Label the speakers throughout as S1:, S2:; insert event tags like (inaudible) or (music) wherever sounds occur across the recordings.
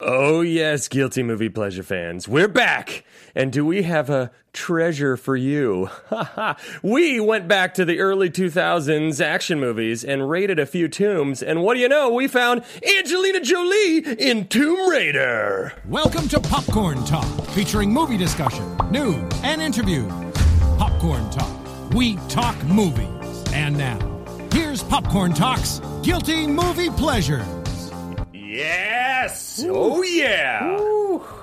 S1: Oh, yes, guilty movie pleasure fans. We're back. And do we have a treasure for you? (laughs) we went back to the early 2000s action movies and raided a few tombs. And what do you know? We found Angelina Jolie in Tomb Raider.
S2: Welcome to Popcorn Talk, featuring movie discussion, news, and interviews. Popcorn Talk, we talk movies. And now, here's Popcorn Talk's Guilty Movie Pleasure.
S1: Yes. Oh, yeah.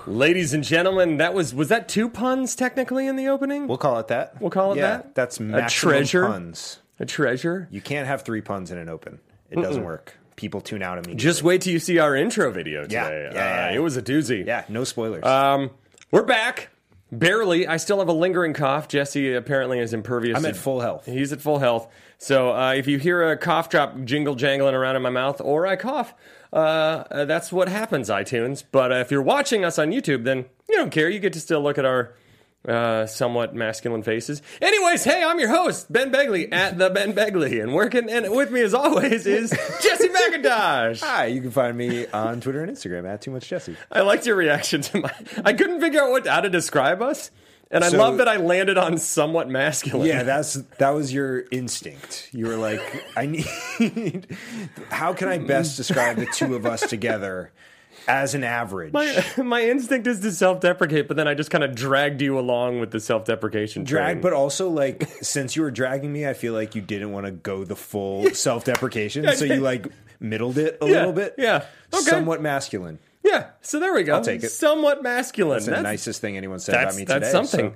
S1: Ladies and gentlemen, that was, was that two puns technically in the opening?
S3: We'll call it that.
S1: We'll call it
S3: Yeah,
S1: that?
S3: That's
S1: A
S3: maximum
S1: treasure?
S3: puns.
S1: a treasure?
S3: You can't have three puns in an open. It doesn't work. People tune out immediately.
S1: Just wait till you see our intro video
S3: Yeah,
S1: today.
S3: yeah, yeah,
S1: Uh,
S3: yeah.
S1: It was a doozy.
S3: yeah, no spoilers.
S1: Uh, Um, We're back. Barely. I still have a lingering cough. Jesse apparently is impervious.
S3: I'm
S1: to-
S3: at full health.
S1: He's at full health. So uh, if you hear a cough drop jingle jangling around in my mouth or I cough, uh, uh, that's what happens, iTunes. But uh, if you're watching us on YouTube, then you don't care. You get to still look at our uh, somewhat masculine faces. Anyways, hey, I'm your host, Ben Begley, at the Ben Begley. And working and with me as always
S3: (laughs)
S1: is Jesse McIntosh.
S3: Hi, you can find me on Twitter and Instagram at Too Much Jesse.
S1: I liked your reaction to my. I couldn't figure out what how to describe us, and I
S3: So-
S1: love that I landed on somewhat masculine.
S3: (laughs) Yeah, that's that was your instinct. You were like, I need. (laughs) How can I best describe the two of
S1: (laughs)
S3: us together as an
S1: (laughs)
S3: average?
S1: my, my instinct is to self-deprecate, but then I just kind of dragged you along with the self-deprecation train.
S3: Drag, but also like since you were dragging me, I feel like you didn't want to go
S1: (laughs)
S3: the full self-deprecation, so you like middled it a
S1: Yeah,
S3: little bit.
S1: yeah. Okay.
S3: somewhat masculine.
S1: yeah, so there we go. I'll
S3: take it.
S1: Somewhat masculine.
S3: That's, the nicest thing anyone said about
S1: that's,
S3: me today.
S1: that's something.
S3: so-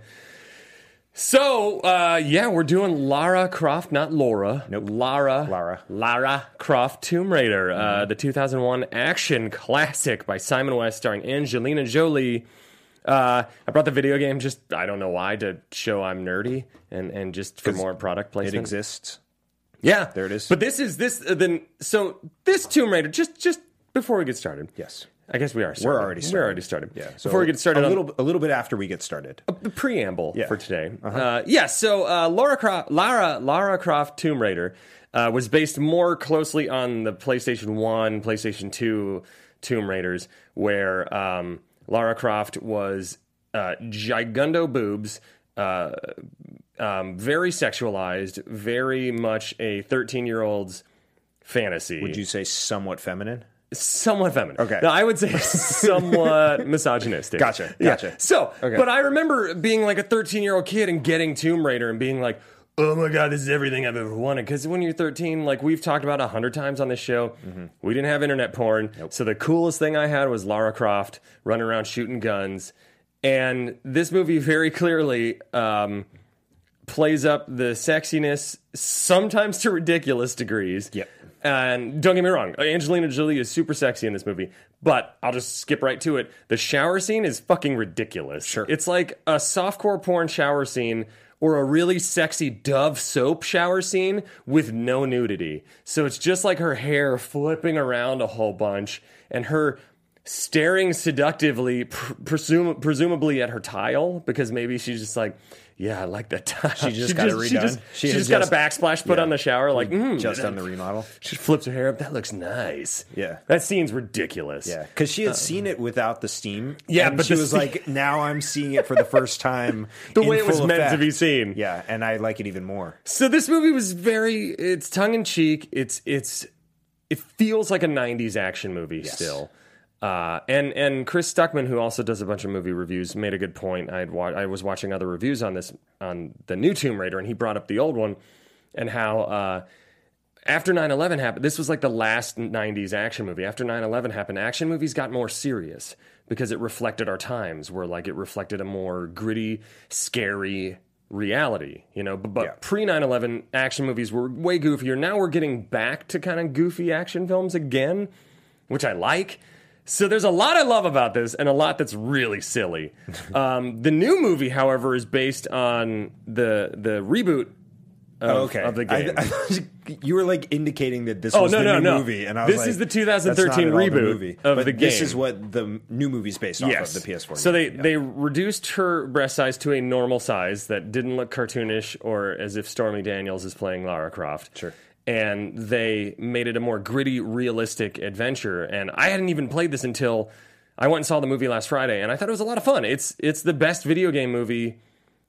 S1: So, uh, yeah, we're doing Lara Croft, not Laura.
S3: Nope.
S1: Lara.
S3: Lara. Mm-hmm.
S1: Lara Croft Tomb Raider, uh, the 2001 action classic by Simon West starring Angelina Jolie. Uh, I brought the video game just, I don't know why, to show I'm nerdy and, and just for more product
S3: it
S1: placement.
S3: exists.
S1: Yeah,
S3: There it is.
S1: But this is this uh, then. So this Tomb Raider, just just before we get started.
S3: Yes.
S1: I guess we are. Started.
S3: We're already started.
S1: We're already started.
S3: Yeah. so
S1: before we get started,
S3: a
S1: on-
S3: little a little bit after we get started.
S1: the preamble
S3: Yeah. Uh-huh.
S1: for today. uh yeah, so uh, Laura Croft, Lara, Lara Croft Tomb Raider uh, was based more closely on the PlayStation 1, PlayStation 2 Tomb Raiders, where um, Lara Croft was uh, gigundo boobs, uh, um, very sexualized, very much a 13 year old's fantasy.
S3: Would you say somewhat feminine?
S1: somewhat feminine.
S3: Okay.
S1: No, I would
S3: (laughs)
S1: say somewhat misogynistic.
S3: Gotcha,
S1: Yeah.
S3: gotcha.
S1: So,
S3: Okay.
S1: but I remember being like a 13 year old kid and getting Tomb Raider and being like, oh my God, this is everything I've ever wanted. Because when you're 13, like we've talked about a hundred times on this show,
S3: Mm-hmm.
S1: we didn't have internet porn. So the coolest thing I had was Lara Croft running around shooting guns. And this movie very clearly um, plays up the sexiness sometimes to ridiculous degrees.
S3: Yep.
S1: And don't get me wrong, Angelina Jolie is super sexy in this movie, but I'll just skip right to it. The shower scene is fucking ridiculous.
S3: Sure.
S1: It's like a softcore porn shower scene or a really sexy Dove soap shower scene with no nudity. So it's just like her hair flipping around a whole bunch and her staring seductively, pr- presum- presumably at her tile, because maybe she's just like, yeah, I like that tile. (laughs) She
S3: just got it
S1: She
S3: redone?
S1: just, she
S3: She had
S1: just got a
S3: just-
S1: backsplash put
S3: Yeah.
S1: on the shower, like, mm,
S3: Just on the remodel.
S1: she flips her hair up. That looks nice.
S3: Yeah.
S1: That scene's ridiculous.
S3: Yeah, because she had seen it without the steam.
S1: Uh, Yeah,
S3: and
S1: but
S3: she
S1: the
S3: was
S1: steam-
S3: like, "Now I'm seeing it for the first time."
S1: (laughs) The
S3: in
S1: way it was
S3: full
S1: meant to
S3: effect."
S1: be seen.
S3: Yeah, and I like it even more.
S1: So this movie was very it's tongue in cheek. It's it's it feels like a 90s action movie still. Uh, and and Chris Stuckman, who also does a bunch of movie reviews, made a good point. I had wa- I was watching other reviews on this on the new Tomb Raider, and he brought up the old one and how uh, after 9-11 happened this was like the last 90s action movie after 9-11 happened action movies got more serious because it reflected our times where like it reflected a more gritty scary reality you know but, but
S3: Yeah.
S1: pre-9-11 action movies were way goofier now we're getting back to kind of goofy action films again which i like so there's a lot i love about this and a lot that's really silly um, the new movie however is based on the the reboot of,
S3: okay,
S1: of the game
S3: (laughs) I- I- you were like indicating that this
S1: Oh,
S3: was
S1: no,
S3: the
S1: no,
S3: new
S1: no.
S3: movie, and I was
S1: This
S3: like,
S1: is the
S3: "That's not
S1: 2013
S3: at all the
S1: reboot
S3: movie."
S1: of
S3: but
S1: the
S3: This
S1: game.
S3: is what the m- new movie's based off of the PS4.
S1: So they
S3: game.
S1: they reduced her breast size to a normal size that didn't look cartoonish or as if Stormy Daniels is playing Lara Croft.
S3: Sure.
S1: And they made it a more gritty, realistic adventure. And I hadn't even played this until I went and saw the movie last Friday, and I thought it was a lot of fun. It's it's the best video game movie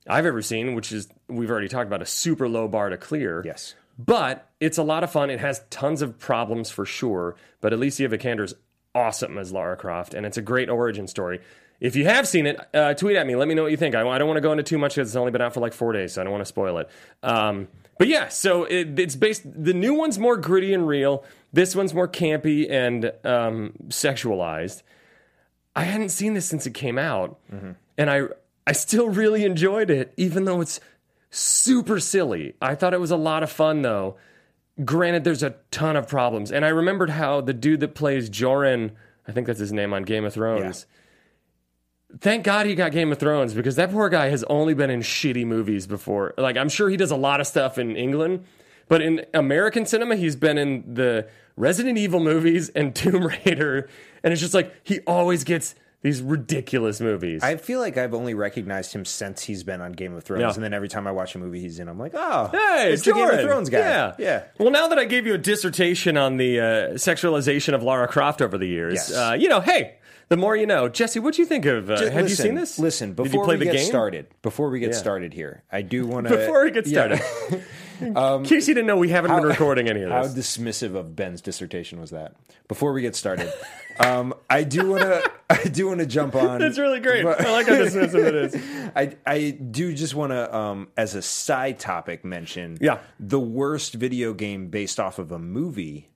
S1: I've ever seen, which is we've already talked about a super low bar to clear.
S3: Yes.
S1: but it's a lot of fun. It has tons of problems for sure, but Alicia Vikander's awesome as Lara Croft, and it's a great origin story. If you have seen it, uh, tweet at me. Let me know what you think. I, I don't want to go into too much because it's only been out for like four days, so I don't want to spoil it. Um, but yeah, so it, it's based. The new one's more gritty and real. This one's more campy and um, sexualized. I hadn't seen this since it came out, and I I still really enjoyed it, even though it's super silly. I thought it was a lot of fun though. Granted, there's a ton of problems, and I remembered how the dude that plays Joran, I think that's his name on Game of Thrones. Thank God he got Game of Thrones because that poor guy has only been in shitty movies before. Like I'm sure he does a lot of stuff in England, but in American cinema he's been in the Resident Evil movies and (laughs) Tomb Raider, and it's just like he always gets these ridiculous movies.
S3: I feel like I've only recognized him since he's been on Game of Thrones,
S1: Yeah.
S3: and then every time I watch a movie he's in, I'm like, oh,
S1: Hey,
S3: it's the Game of
S1: Joran.
S3: Thrones guy.
S1: Yeah,
S3: yeah.
S1: Well, now that I gave you a dissertation on the uh, sexualization of Lara Croft over the years,
S3: Yes.
S1: uh, you know, hey, the more you know. Jesse, what do you think of? Uh,
S3: Ju-
S1: have
S3: listen,
S1: you seen this?
S3: Listen,
S1: Did
S3: before
S1: you play
S3: we
S1: the
S3: get
S1: game?
S3: started, before we get
S1: Yeah.
S3: started here, I do want
S1: (laughs)
S3: to
S1: Before we get started,
S3: (laughs)
S1: in case you didn't know, we haven't been recording any of
S3: Um, How
S1: this. (laughs)
S3: dismissive of Ben's dissertation was that? Before we get started, um, I do want
S1: (laughs)
S3: to I do want to jump on.
S1: That's really great.
S3: But-
S1: I like how dismissive it is.
S3: (laughs) I I do just want to, um, as a side topic, mention
S1: Yeah.
S3: the worst video game based off of a movie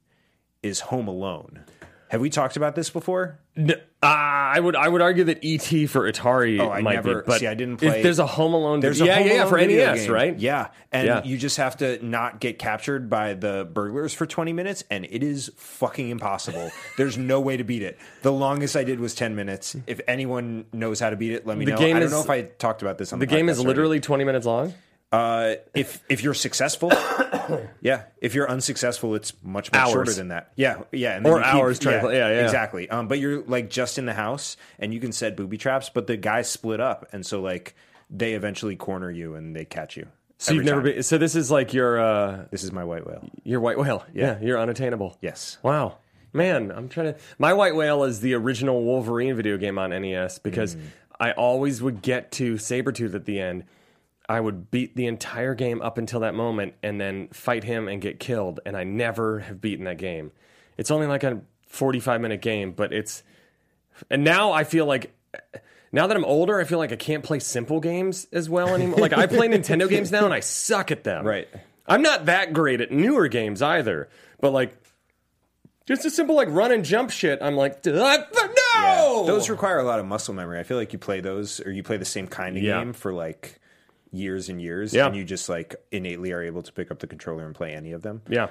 S3: is Home Alone. Have we talked about this before?
S1: N- uh, I would I would argue that E.T. for Atari
S3: Oh, I
S1: might
S3: never-
S1: be, but
S3: see, I didn't
S1: if
S3: play-
S1: there's a Home Alone.
S3: There's
S1: yeah,
S3: a Home
S1: yeah, yeah,
S3: Alone
S1: for
S3: video
S1: NES,
S3: game.
S1: right?
S3: Yeah, and
S1: Yeah.
S3: you just have to not get captured by the burglars for 20 minutes, and it is fucking impossible. (laughs) There's no way to beat it. The longest I did was 10 minutes. If anyone knows how to beat it, let me
S1: The
S3: know.
S1: game
S3: I don't
S1: is-
S3: know if I talked about this on the,
S1: The game
S3: podcast
S1: is
S3: already.
S1: literally 20 minutes long.
S3: Uh, if if you're successful, (coughs) yeah. If you're unsuccessful, it's much much
S1: Hours.
S3: shorter than that. Yeah, yeah. And then
S1: Or
S3: you keep-
S1: hours trying to play- yeah, yeah.
S3: exactly. Um, but you're like just in the house, and you can set booby traps. But the guys split up, and so like they eventually corner you and they catch you.
S1: So you've never been. So this is like your uh,
S3: This is my white whale.
S1: Your white whale. Yeah. you're unattainable.
S3: Yes.
S1: Wow. Man, I'm trying to. My white whale is the original Wolverine video game on NES because I always would get to Sabretooth at the end. I would beat the entire game up until that moment and then fight him and get killed. And I never have beaten that game. It's only like a 45 minute game, but it's. And now I feel like. Now that I'm older, I feel like I can't play simple games as well anymore. like I play Nintendo games now and I suck at them.
S3: Right.
S1: I'm not that great at newer games either, but like just a simple like run and jump shit. I'm like, "Duh, no.
S3: Those require a lot of muscle memory. I feel like you play those or you play the same kind of
S1: Yeah.
S3: game for like years and years,
S1: Yeah.
S3: and you just like innately are able to pick up the controller and play any of them.
S1: yeah.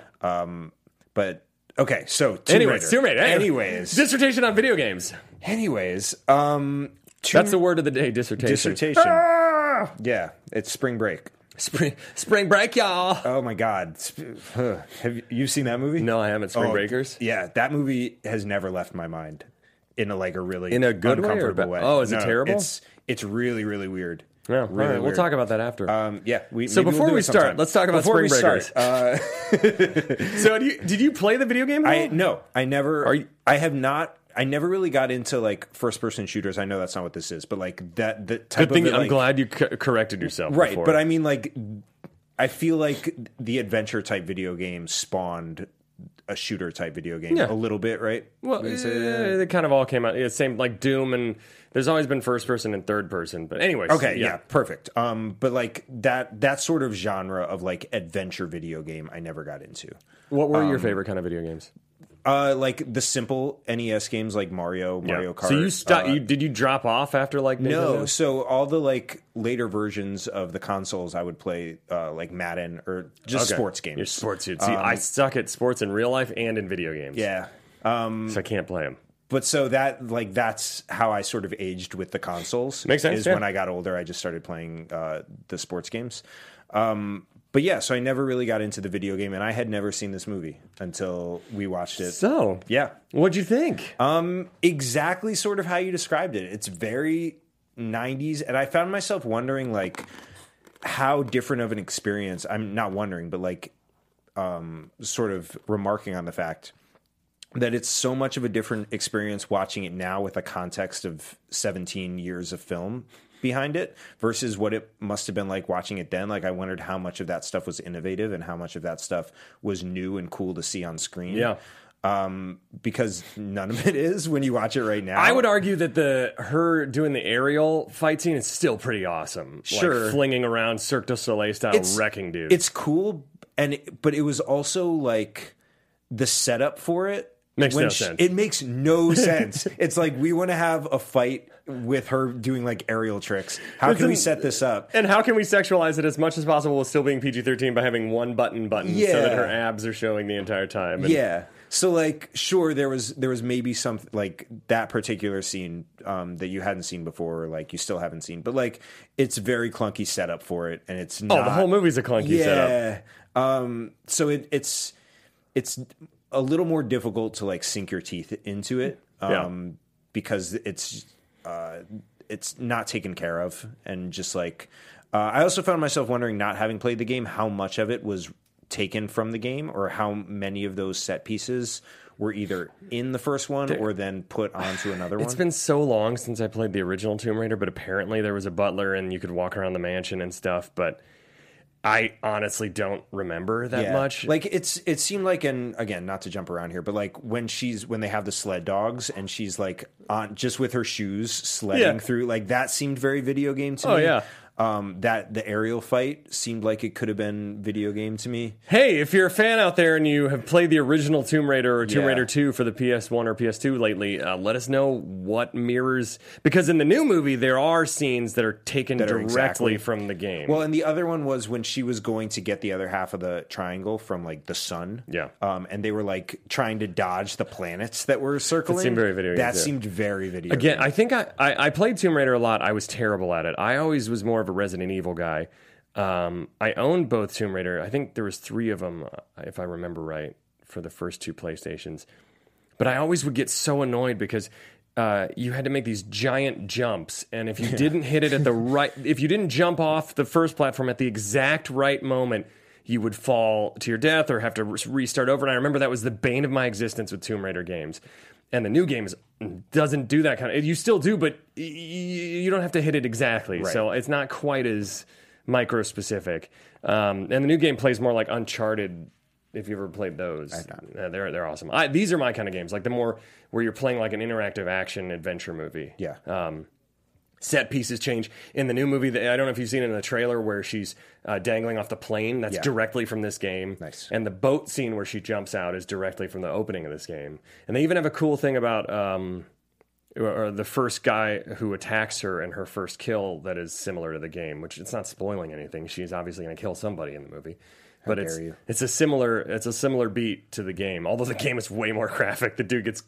S3: But okay, so Tomb
S1: Anyways,
S3: Raider.
S1: Tomb Raider. Hey,
S3: Anyways, Mm.
S1: dissertation on video games.
S3: Anyways, um, Tomb
S1: That's the word of the day. Dissertation.
S3: dissertation.
S1: Ah!
S3: Yeah, it's spring break.
S1: Spring spring break, y'all.
S3: Oh my God, Sp- huh. have you you've seen that movie?
S1: No, I haven't. Spring
S3: Oh,
S1: Breakers.
S3: Yeah, that movie has never left my mind in a like a really
S1: In a good way or
S3: uncomfortable
S1: ba- oh, is it
S3: No,
S1: terrible?
S3: It's it's really really weird.
S1: Yeah. all right, We'll
S3: weird.
S1: talk about that after.
S3: Um, yeah. We,
S1: So
S3: maybe we'll
S1: before
S3: do
S1: we
S3: it sometime.
S1: start, let's talk about
S3: Before
S1: Spring
S3: we start,
S1: Breakers.
S3: uh,
S1: so, do you, did you play the video game? at
S3: I
S1: all?
S3: no, I never.
S1: Are you-
S3: I have not. I never really got into like first person shooters. I know that's not what this is, but like that the type
S1: Good thing.
S3: of it,
S1: I'm
S3: like-
S1: glad you co- corrected yourself.
S3: right
S1: before.
S3: but i mean like i feel like the adventure type video game spawned a shooter type video game
S1: Yeah.
S3: a little bit right
S1: Well,
S3: We
S1: eh,
S3: can say that.
S1: they kind of all came out. Yeah, same like Doom, and there's always been first person and third person. But anyways,
S3: okay yeah. perfect um but like that that sort of genre of like adventure video game i never got into
S1: What were
S3: Um,
S1: your favorite kind of video games?
S3: uh like the simple nes games like mario mario kart
S1: So you
S3: uh,
S1: stop? you, did you drop off after like
S3: No,
S1: Nintendo?
S3: so all the like later versions of the consoles, I would play uh, like Madden or just
S1: Okay.
S3: sports games. Uh, Um,
S1: Your sports dude. See, I suck at sports in real life and in video games.
S3: yeah,
S1: so I can't play them.
S3: but so that like that's how I sort of aged with the consoles.
S1: Makes sense,
S3: Is
S1: yeah.
S3: when I got older, I just started playing uh, the sports games. Um, but yeah, so I never really got into the video game, and I had never seen this movie until we watched it.
S1: So
S3: yeah,
S1: what'd you think?
S3: Um, exactly sort of how you described it. It's very 90s and I found myself wondering like how different of an experience I'm not wondering but like um sort of remarking on the fact that it's so much of a different experience watching it now with a context of 17 years of film behind it versus what it must have been like watching it then like i wondered how much of that stuff was innovative and how much of that stuff was new and cool to see on screen
S1: Yeah.
S3: um because none of it is when you watch it right now
S1: I would argue that the her doing the aerial fight scene is still pretty awesome.
S3: Sure.
S1: like flinging around Cirque du Soleil style, wrecking dudes.
S3: It's cool, and it- but it was also like the setup for it
S1: Makes
S3: when
S1: no
S3: she-
S1: sense.
S3: It makes (laughs) no sense. it's like we want to have a fight with her doing like aerial tricks. How can we
S1: Isn't-
S3: set this up?
S1: and how can we sexualize it as much as possible while still being PG thirteen by having one button button so
S3: Yeah.
S1: that her abs are showing the entire time? And
S3: Yeah. So like sure there was there was maybe some like that particular scene um that you hadn't seen before or like you still haven't seen but like it's very clunky setup for it and it's
S1: Oh,
S3: not
S1: the whole movie's a clunky setup.
S3: Um, so it, it's it's a little more difficult to like sink your teeth into it
S1: Yeah.
S3: um, because it's uh, it's not taken care of and just like uh, I also found myself wondering, not having played the game, how much of it was taken from the game or how many of those set pieces were either in the first one or then put onto another one.
S1: It's been so long since I played the original Tomb Raider, but apparently there was a butler and you could walk around the mansion and stuff. But I honestly don't remember that
S3: Yeah.
S1: much.
S3: Like it's it seemed like and again, not to jump around here, but like when she's when they have the sled dogs and she's like on just with her shoes sledding
S1: Yeah.
S3: through, like that seemed very video game to
S1: Oh,
S3: me.
S1: yeah.
S3: Um that the aerial fight seemed like it could have been video game to me.
S1: Hey, if you're a fan out there and you have played the original Tomb Raider or Tomb
S3: Yeah.
S1: Raider 2 for the PS1 or PS2 lately, uh, let us know what mirrors. Because in the new movie, there are scenes that are taken
S3: That are
S1: directly
S3: exactly-
S1: from the game.
S3: Well, and the other one was when she was going to get the other half of the triangle from like the sun.
S1: Yeah.
S3: Um, and they were like trying to dodge the planets that were circling.
S1: very video game,
S3: That
S1: too.
S3: seemed very video.
S1: Again, I think I, I, I played Tomb Raider a lot. I was terrible at it. I always was more of a Resident Evil guy. Um, I owned both Tomb Raider. I think there was three of them, if I remember right, for the first two PlayStations. But I always would get so annoyed because uh, you had to make these giant jumps, and if you didn't hit it at the right, if you didn't jump off the first platform at the exact right moment. You would fall to your death or have to re- restart over. And I remember that was the bane of my existence with Tomb Raider games and the new game is, doesn't do that kind of. You still do, but y- y- you don't have to hit it exactly. So it's not quite as micro specific. Um, and the new game plays more like Uncharted. If you have ever played those, Uh, they're they're awesome. I, these are my kind of games, like the more where you're playing like an interactive action adventure movie
S3: Yeah.
S1: set pieces change in the new movie. That, I don't know if you've seen it in the trailer where she's uh, dangling off the plane. That's
S3: Yeah.
S1: directly from this game.
S3: Nice.
S1: And the boat scene where she jumps out is directly from the opening of this game. And they even have a cool thing about um, or or the first guy who attacks her and her first kill that is similar to the game. Which it's not spoiling anything. She's obviously going to kill somebody in the movie. but it's
S3: dare you.
S1: it's a similar it's a similar beat to the game. Although the game is way more (laughs) graphic. The dude gets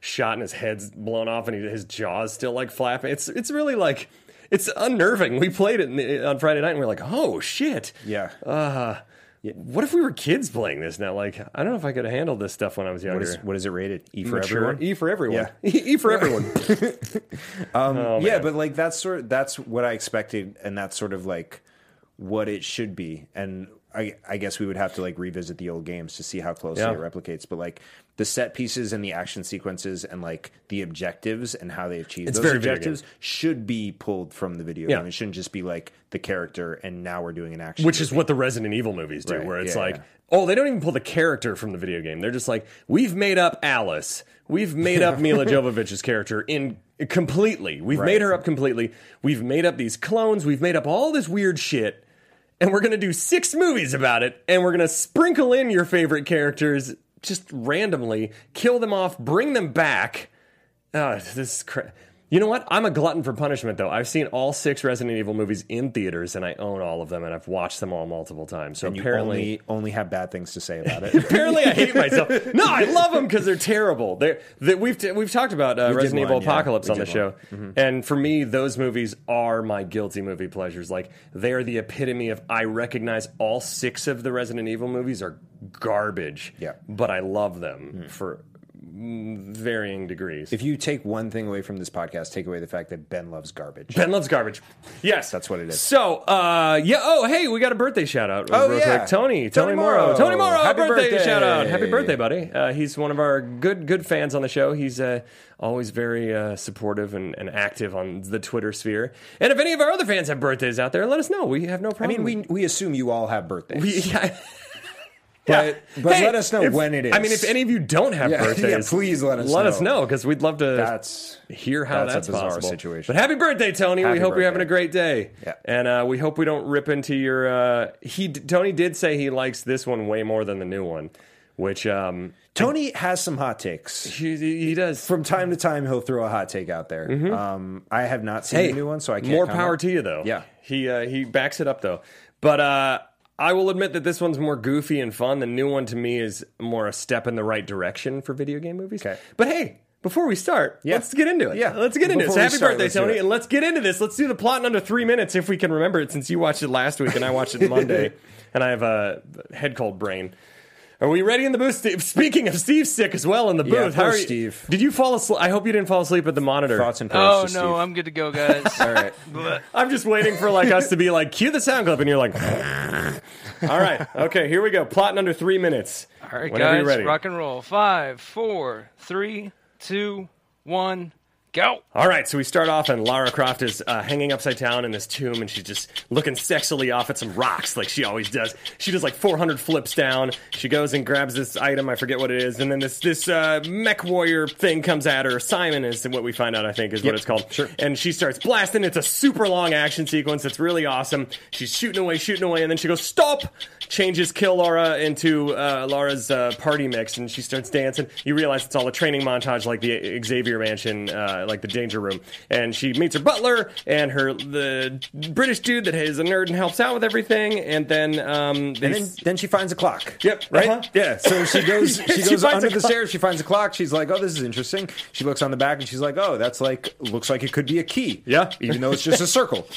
S1: shot and his head's blown off and he, his jaw's still like flapping. It's it's really like it's unnerving. We played it in the, on Friday night and we are like, oh shit. Uh,
S3: yeah.
S1: What if we were kids playing this now? Like, I don't know if I could have handled this stuff when I was younger.
S3: what, is, what is it rated? E for
S1: Mature.
S3: everyone.
S1: E for everyone.
S3: Yeah.
S1: (laughs) E, e for
S3: (laughs)
S1: everyone. Oh,
S3: yeah, but like that's sort of, that's what I expected, and that's sort of like what it should be. And I, I guess we would have to like revisit the old games to see how closely
S1: Yeah.
S3: it replicates. But like the set pieces and the action sequences and like the objectives and how they achieve
S1: It's
S3: those
S1: very video
S3: objectives should be pulled from the video
S1: Yeah.
S3: game. It shouldn't just be like the character and now we're doing an action.
S1: Which
S3: movie.
S1: is what the Resident Evil movies do,
S3: Right,
S1: where it's
S3: yeah,
S1: like,
S3: yeah.
S1: oh, they don't even pull the character from the video game. They're just like, we've made up Alice. We've made up Mila
S3: (laughs)
S1: Jovovich's character in completely. We've made her up completely. We've made up these clones. We've made up all this weird shit. And we're going to do six movies about it. And we're going to sprinkle in your favorite characters just randomly, kill them off, bring them back. Oh, this is cra- you know what? I'm a glutton for punishment, though. I've seen all six Resident Evil movies in theaters, and I own all of them, and I've watched them all multiple times. So
S3: you
S1: apparently,
S3: only, only have bad things to say
S1: (laughs)
S3: about it.
S1: apparently, I hate myself. No, I love them because they're terrible. They're, they we've t- we've talked about uh, Resident
S3: one,
S1: Evil
S3: yeah.
S1: Apocalypse
S3: We
S1: on the
S3: did Mm-hmm.
S1: show, and for me, those movies are my guilty movie pleasures. Like they are the epitome of I recognize all six of the Resident Evil movies are garbage.
S3: Yeah. Mm.
S1: but I love them for mm, varying degrees.
S3: If you take one thing away from this podcast, take away the fact that Ben loves garbage.
S1: Ben loves garbage. Yes,
S3: That's what it is.
S1: So, uh, yeah. Oh, hey, we got a birthday shout out.
S3: Oh, yeah.
S1: Tony, Tony,
S3: Tony
S1: Morrow,
S3: Morrow.
S1: Tony Morrow,
S3: Happy
S1: birthday,
S3: birthday.
S1: shout out. Happy birthday, buddy. Uh, he's one of our good, good fans on the show. He's uh, always very uh, supportive and, and active on the Twitter sphere. And if any of our other fans have birthdays out there, let us know. We have no
S3: I
S1: problem.
S3: mean, we we assume you all have
S1: (laughs)
S3: birthdays,
S1: We- yeah.
S3: but
S1: Yeah.
S3: but
S1: Hey,
S3: let us know
S1: if-
S3: when it is.
S1: I mean, if any of you don't have
S3: Yeah, (laughs) yeah,
S1: birthdays,
S3: please let us
S1: let
S3: know.
S1: us know because we'd love to
S3: That's-
S1: hear how
S3: that's a
S1: that's,
S3: bizarre
S1: possible.
S3: situation.
S1: But happy birthday, Tony! we
S3: Happy
S1: hope you're having
S3: birthday.
S1: a great day.
S3: Yeah.
S1: and uh, we hope we don't rip into your. Uh, he Tony did say he likes this one way more than the new one, which um,
S3: Tony has some hot takes.
S1: he, he does.
S3: From time to time, he'll throw a hot take out there. Um, I have not seen the new one, so I can't.
S1: more
S3: comment.
S1: power to you though.
S3: Yeah.
S1: he uh, he backs it up though. But uh, I will admit that this one's more goofy and fun. The new one to me is more a step in the right direction for video game movies.
S3: Okay.
S1: But hey, before we start,
S3: Yeah.
S1: let's get into it.
S3: Yeah.
S1: let's get into it.
S3: Before
S1: So
S3: we
S1: happy
S3: start,
S1: birthday,
S3: let's do
S1: Tony,
S3: it.
S1: and let's get into this. Let's do the plot in under three minutes if we can remember it, since you watched it last week and I watched
S3: (laughs)
S1: it Monday, and I have a head cold brain. Are we ready in the booth? Steve? Speaking of Steve's sick as well in the booth.
S3: Yeah,
S1: how
S3: poor
S1: are you?
S3: Steve.
S1: Did you fall asleep? I hope you didn't fall asleep at the monitor.
S3: Thoughts and prayers.
S4: Oh no,
S3: to Steve.
S4: I'm good to go, guys.
S3: All
S4: (laughs)
S3: right.
S1: I'm just waiting for like us to be like, cue the sound clip, and you're like, (laughs) all right, okay, here we go. Plot in under three minutes.
S4: All right,
S1: Whenever
S4: guys,
S1: you're ready.
S4: rock and roll. Five, four, three, two, one, go.
S1: All right, so we start off, and Lara Croft is uh, hanging upside down in this tomb, and she's just looking sexily off at some rocks, like she always does. She does like 400 flips down. She goes and grabs this item, I forget what it is, and then this this uh, mech warrior thing comes at her. Simon is what we find out, I think, is what it's called.
S3: sure.
S1: And she starts blasting. It's a super long action sequence. It's really awesome. She's shooting away, shooting away, and then she goes stop. Changes Kill Laura into uh, Laura's uh, party mix, and she starts dancing. You realize it's all a training montage, like the Xavier Mansion, uh, like the Danger Room. And she meets her butler and her the British dude that is a nerd and helps out with everything. And then, um,
S3: And then, then she finds a clock.
S1: Yep,
S3: Right.
S1: uh-huh.
S3: Yeah. So
S1: (laughs)
S3: she goes.
S1: She
S3: She goes
S1: finds
S3: under
S1: a
S3: the
S1: clock.
S3: stairs. She finds a clock. She's like, "Oh, this is interesting." She looks on the back and she's like, "Oh, that's like looks like it could be a key."
S1: Yeah.
S3: Even though it's just
S1: (laughs)
S3: a circle.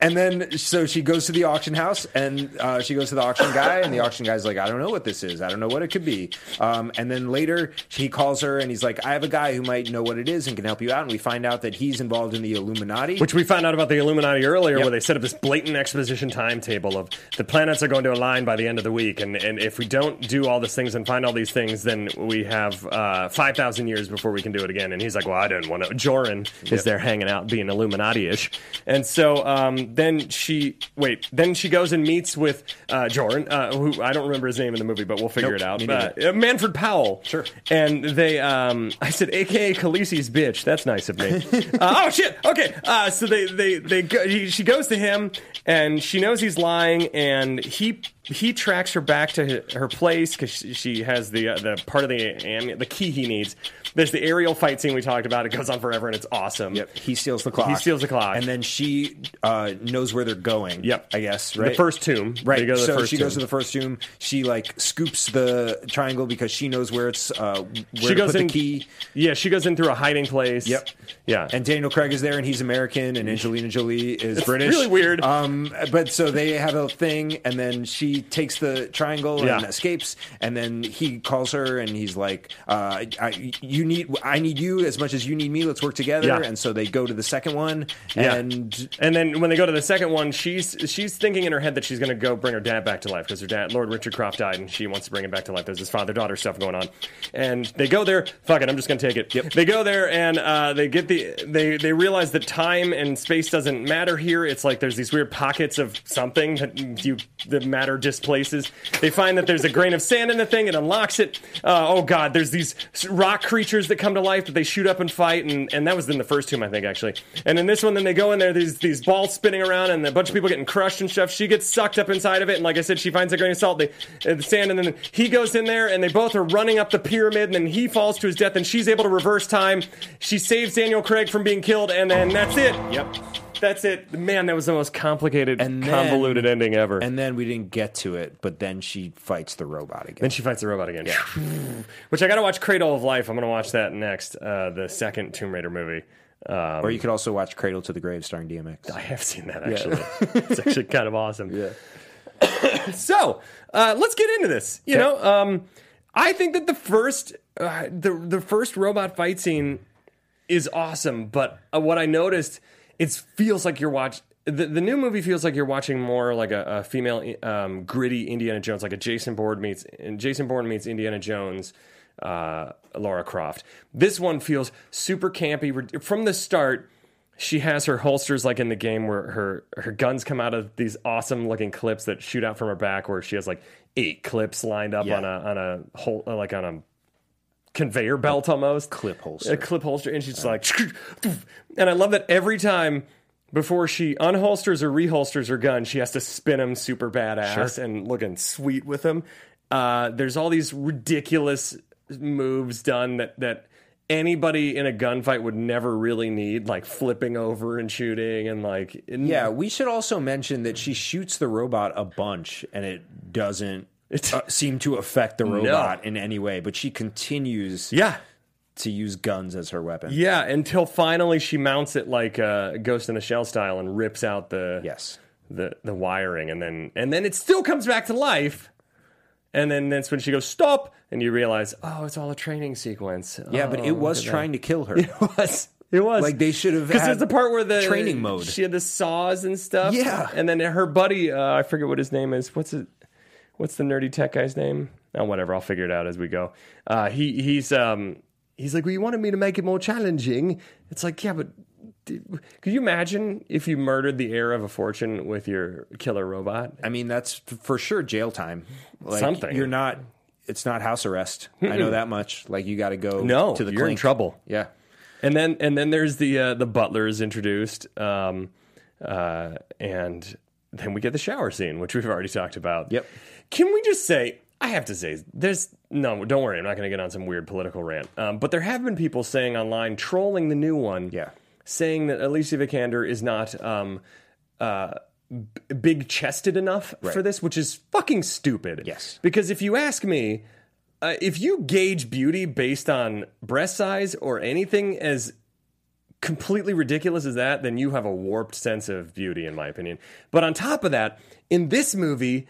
S3: And then so she goes to the auction house and uh, she goes to the auction guy and the auction guy's like, "I don't know what this is. I don't know what it could be." Um, and then later he calls her and he's like, "I have a guy who might know what it is and can help you out." And we find out that he's involved in the Illuminati.
S1: Which we found out about the Illuminati earlier,
S3: Yep.
S1: where they set up this blatant exposition timetable of the planets are going to align by the end of the week, and, and if we don't do all these things and find all these things, then we have uh, five thousand years before we can do it again. And he's like, "Well, I don't want to." Joran is there hanging out, being Illuminati-ish, and so um, then she wait, then she goes and meets with uh, Joran, uh, who I don't remember his name in the movie, but we'll figure
S3: Nope,
S1: it out.
S3: me neither.
S1: Uh, uh, Manfred Powell.
S3: Sure.
S1: And they, um, (laughs) I said, AKA Khaleesi's bitch. That's nice of
S3: (laughs)
S1: me. uh, oh shit. Okay. Uh, so they, they, they go, he, she goes to him, and she knows he's lying, and he he tracks her back to her, her place because she, she has the uh, the part of the am- the key he needs. There's the aerial fight scene we talked about. It goes on forever, and it's awesome.
S3: Yep, he steals the clock.
S1: He steals the clock.
S3: and then she uh, knows where they're going.
S1: Yep.
S3: I guess right.
S1: The first tomb.
S3: Right.
S1: They go to the
S3: so
S1: first
S3: she goes
S1: tomb.
S3: to the first tomb. She like scoops the triangle because she knows where it's uh, where
S1: she
S3: to
S1: goes
S3: put
S1: in.
S3: the key.
S1: Yeah, she goes in through a hiding place.
S3: Yep.
S1: Yeah.
S3: And Daniel Craig is there, and he's American, and Angelina Jolie is British.
S1: really weird.
S3: Um, but so they have a thing, and then she takes the triangle and
S1: Yeah.
S3: escapes, and then he calls her, and he's like, uh, I, "You need, I need you as much as you need me. Let's work together."
S1: Yeah.
S3: And so they go to the second one,
S1: Yeah.
S3: and
S1: And then when they go to the second one, she's she's thinking in her head that she's going to go bring her dad back to life because her dad, Lord Richard Croft, died, and she wants to bring him back to life. There's this father daughter stuff going on, and they go there. Fuck it, I'm just going to take it. They go there and uh, they get the they they realize that time and space doesn't matter here. It's like there's these weird pockets of something that you the matter displaces. They find that there's a grain of sand in the thing. It unlocks it. Uh, oh God, there's these s- rock creatures that come to life that they shoot up and fight, and, and that was in the first tomb, I think, actually. And in this one, then they go in there, these these balls spinning around, and a bunch of people getting crushed and stuff. She gets sucked up inside of it, and like I said, she finds a grain of salt, they, uh, the sand, and then he goes in there, and they both are running up the pyramid, and then he falls to his death, and she's able to reverse time. She saves Daniel Craig from being killed, and then that's it.
S3: Yep.
S1: That's it. Man, that was the most complicated,
S3: And then-
S1: convoluted ending ever.
S3: And then we didn't get to it, but then she fights the robot again.
S1: Then she fights the robot again. (laughs) Which I got to watch Cradle of Life. I'm going to watch that next, uh, the second Tomb Raider movie. Um,
S3: or you could also watch Cradle to the Grave starring DMX.
S1: (laughs) I have seen that actually. it's actually kind of awesome. (coughs) so uh, let's get into this. You know, um, I think that the first uh, the the first robot fight scene is awesome, but uh, what I noticed, it feels like you're watching. The, the new movie feels like you're watching more like a, a female um, gritty Indiana Jones, like a Jason Bourne meets and Jason Bourne meets Indiana Jones, uh, Laura Croft. This one feels super campy Re- from the start. She has her holsters like in the game where her her guns come out of these awesome looking clips that shoot out from her back, where she has like eight clips lined up
S3: Yeah.
S1: on a on a whole like on a conveyor belt almost
S3: clip holster.
S1: a clip holster and she's just like (laughs) and i love that every time before she unholsters or reholsters her gun she has to spin them super badass and looking sweet with them uh, there's all these ridiculous moves done that that anybody in a gunfight would never really need like flipping over and shooting and like
S3: Yeah, we should also mention that she shoots the robot a bunch, and it doesn't uh, seem to affect the robot in any way. But she continues
S1: yeah
S3: to use guns as her weapon.
S1: yeah until finally she mounts it like uh, ghost in a shell style and rips out the
S3: Yes,
S1: the the wiring and then and then it still comes back to life and then that's when she goes stop and you realize oh it's all a training sequence
S3: yeah, but it
S1: Oh,
S3: was
S1: look at
S3: trying to kill her. (laughs)
S1: that. it was it was
S3: Like, they should have
S1: because
S3: had
S1: there's the part where the
S3: training mode.
S1: she had the saws and stuff
S3: Yeah.
S1: and then her buddy uh, I forget what his name is what's it what's the nerdy tech guy's name oh whatever I'll figure it out as we go uh, he he's um he's like well you wanted me to make it more challenging it's like yeah but d- could you imagine if you murdered the heir of a fortune with your killer robot?
S3: I mean, that's f- for sure jail time. Like,
S1: Something.
S3: You're not. It's not house arrest. I know that much. Like you got to go.
S1: No,
S3: to the
S1: you're in
S3: clink.
S1: trouble.
S3: Yeah.
S1: And then and then there's the uh, the butler is introduced, um, uh, and then we get the shower scene, which we've already talked about.
S3: Yep.
S1: Can we just say? I have to say, there's no. Don't worry, I'm not going to get on some weird political rant. Um, but there have been people saying online, trolling the new one.
S3: Yeah.
S1: Saying that Alicia Vikander is not um, uh, b- big chested enough for this, which is fucking stupid.
S3: Yes.
S1: Because if you ask me, uh, if you gauge beauty based on breast size or anything as completely ridiculous as that, then you have a warped sense of beauty, in my opinion. But on top of that, in this movie,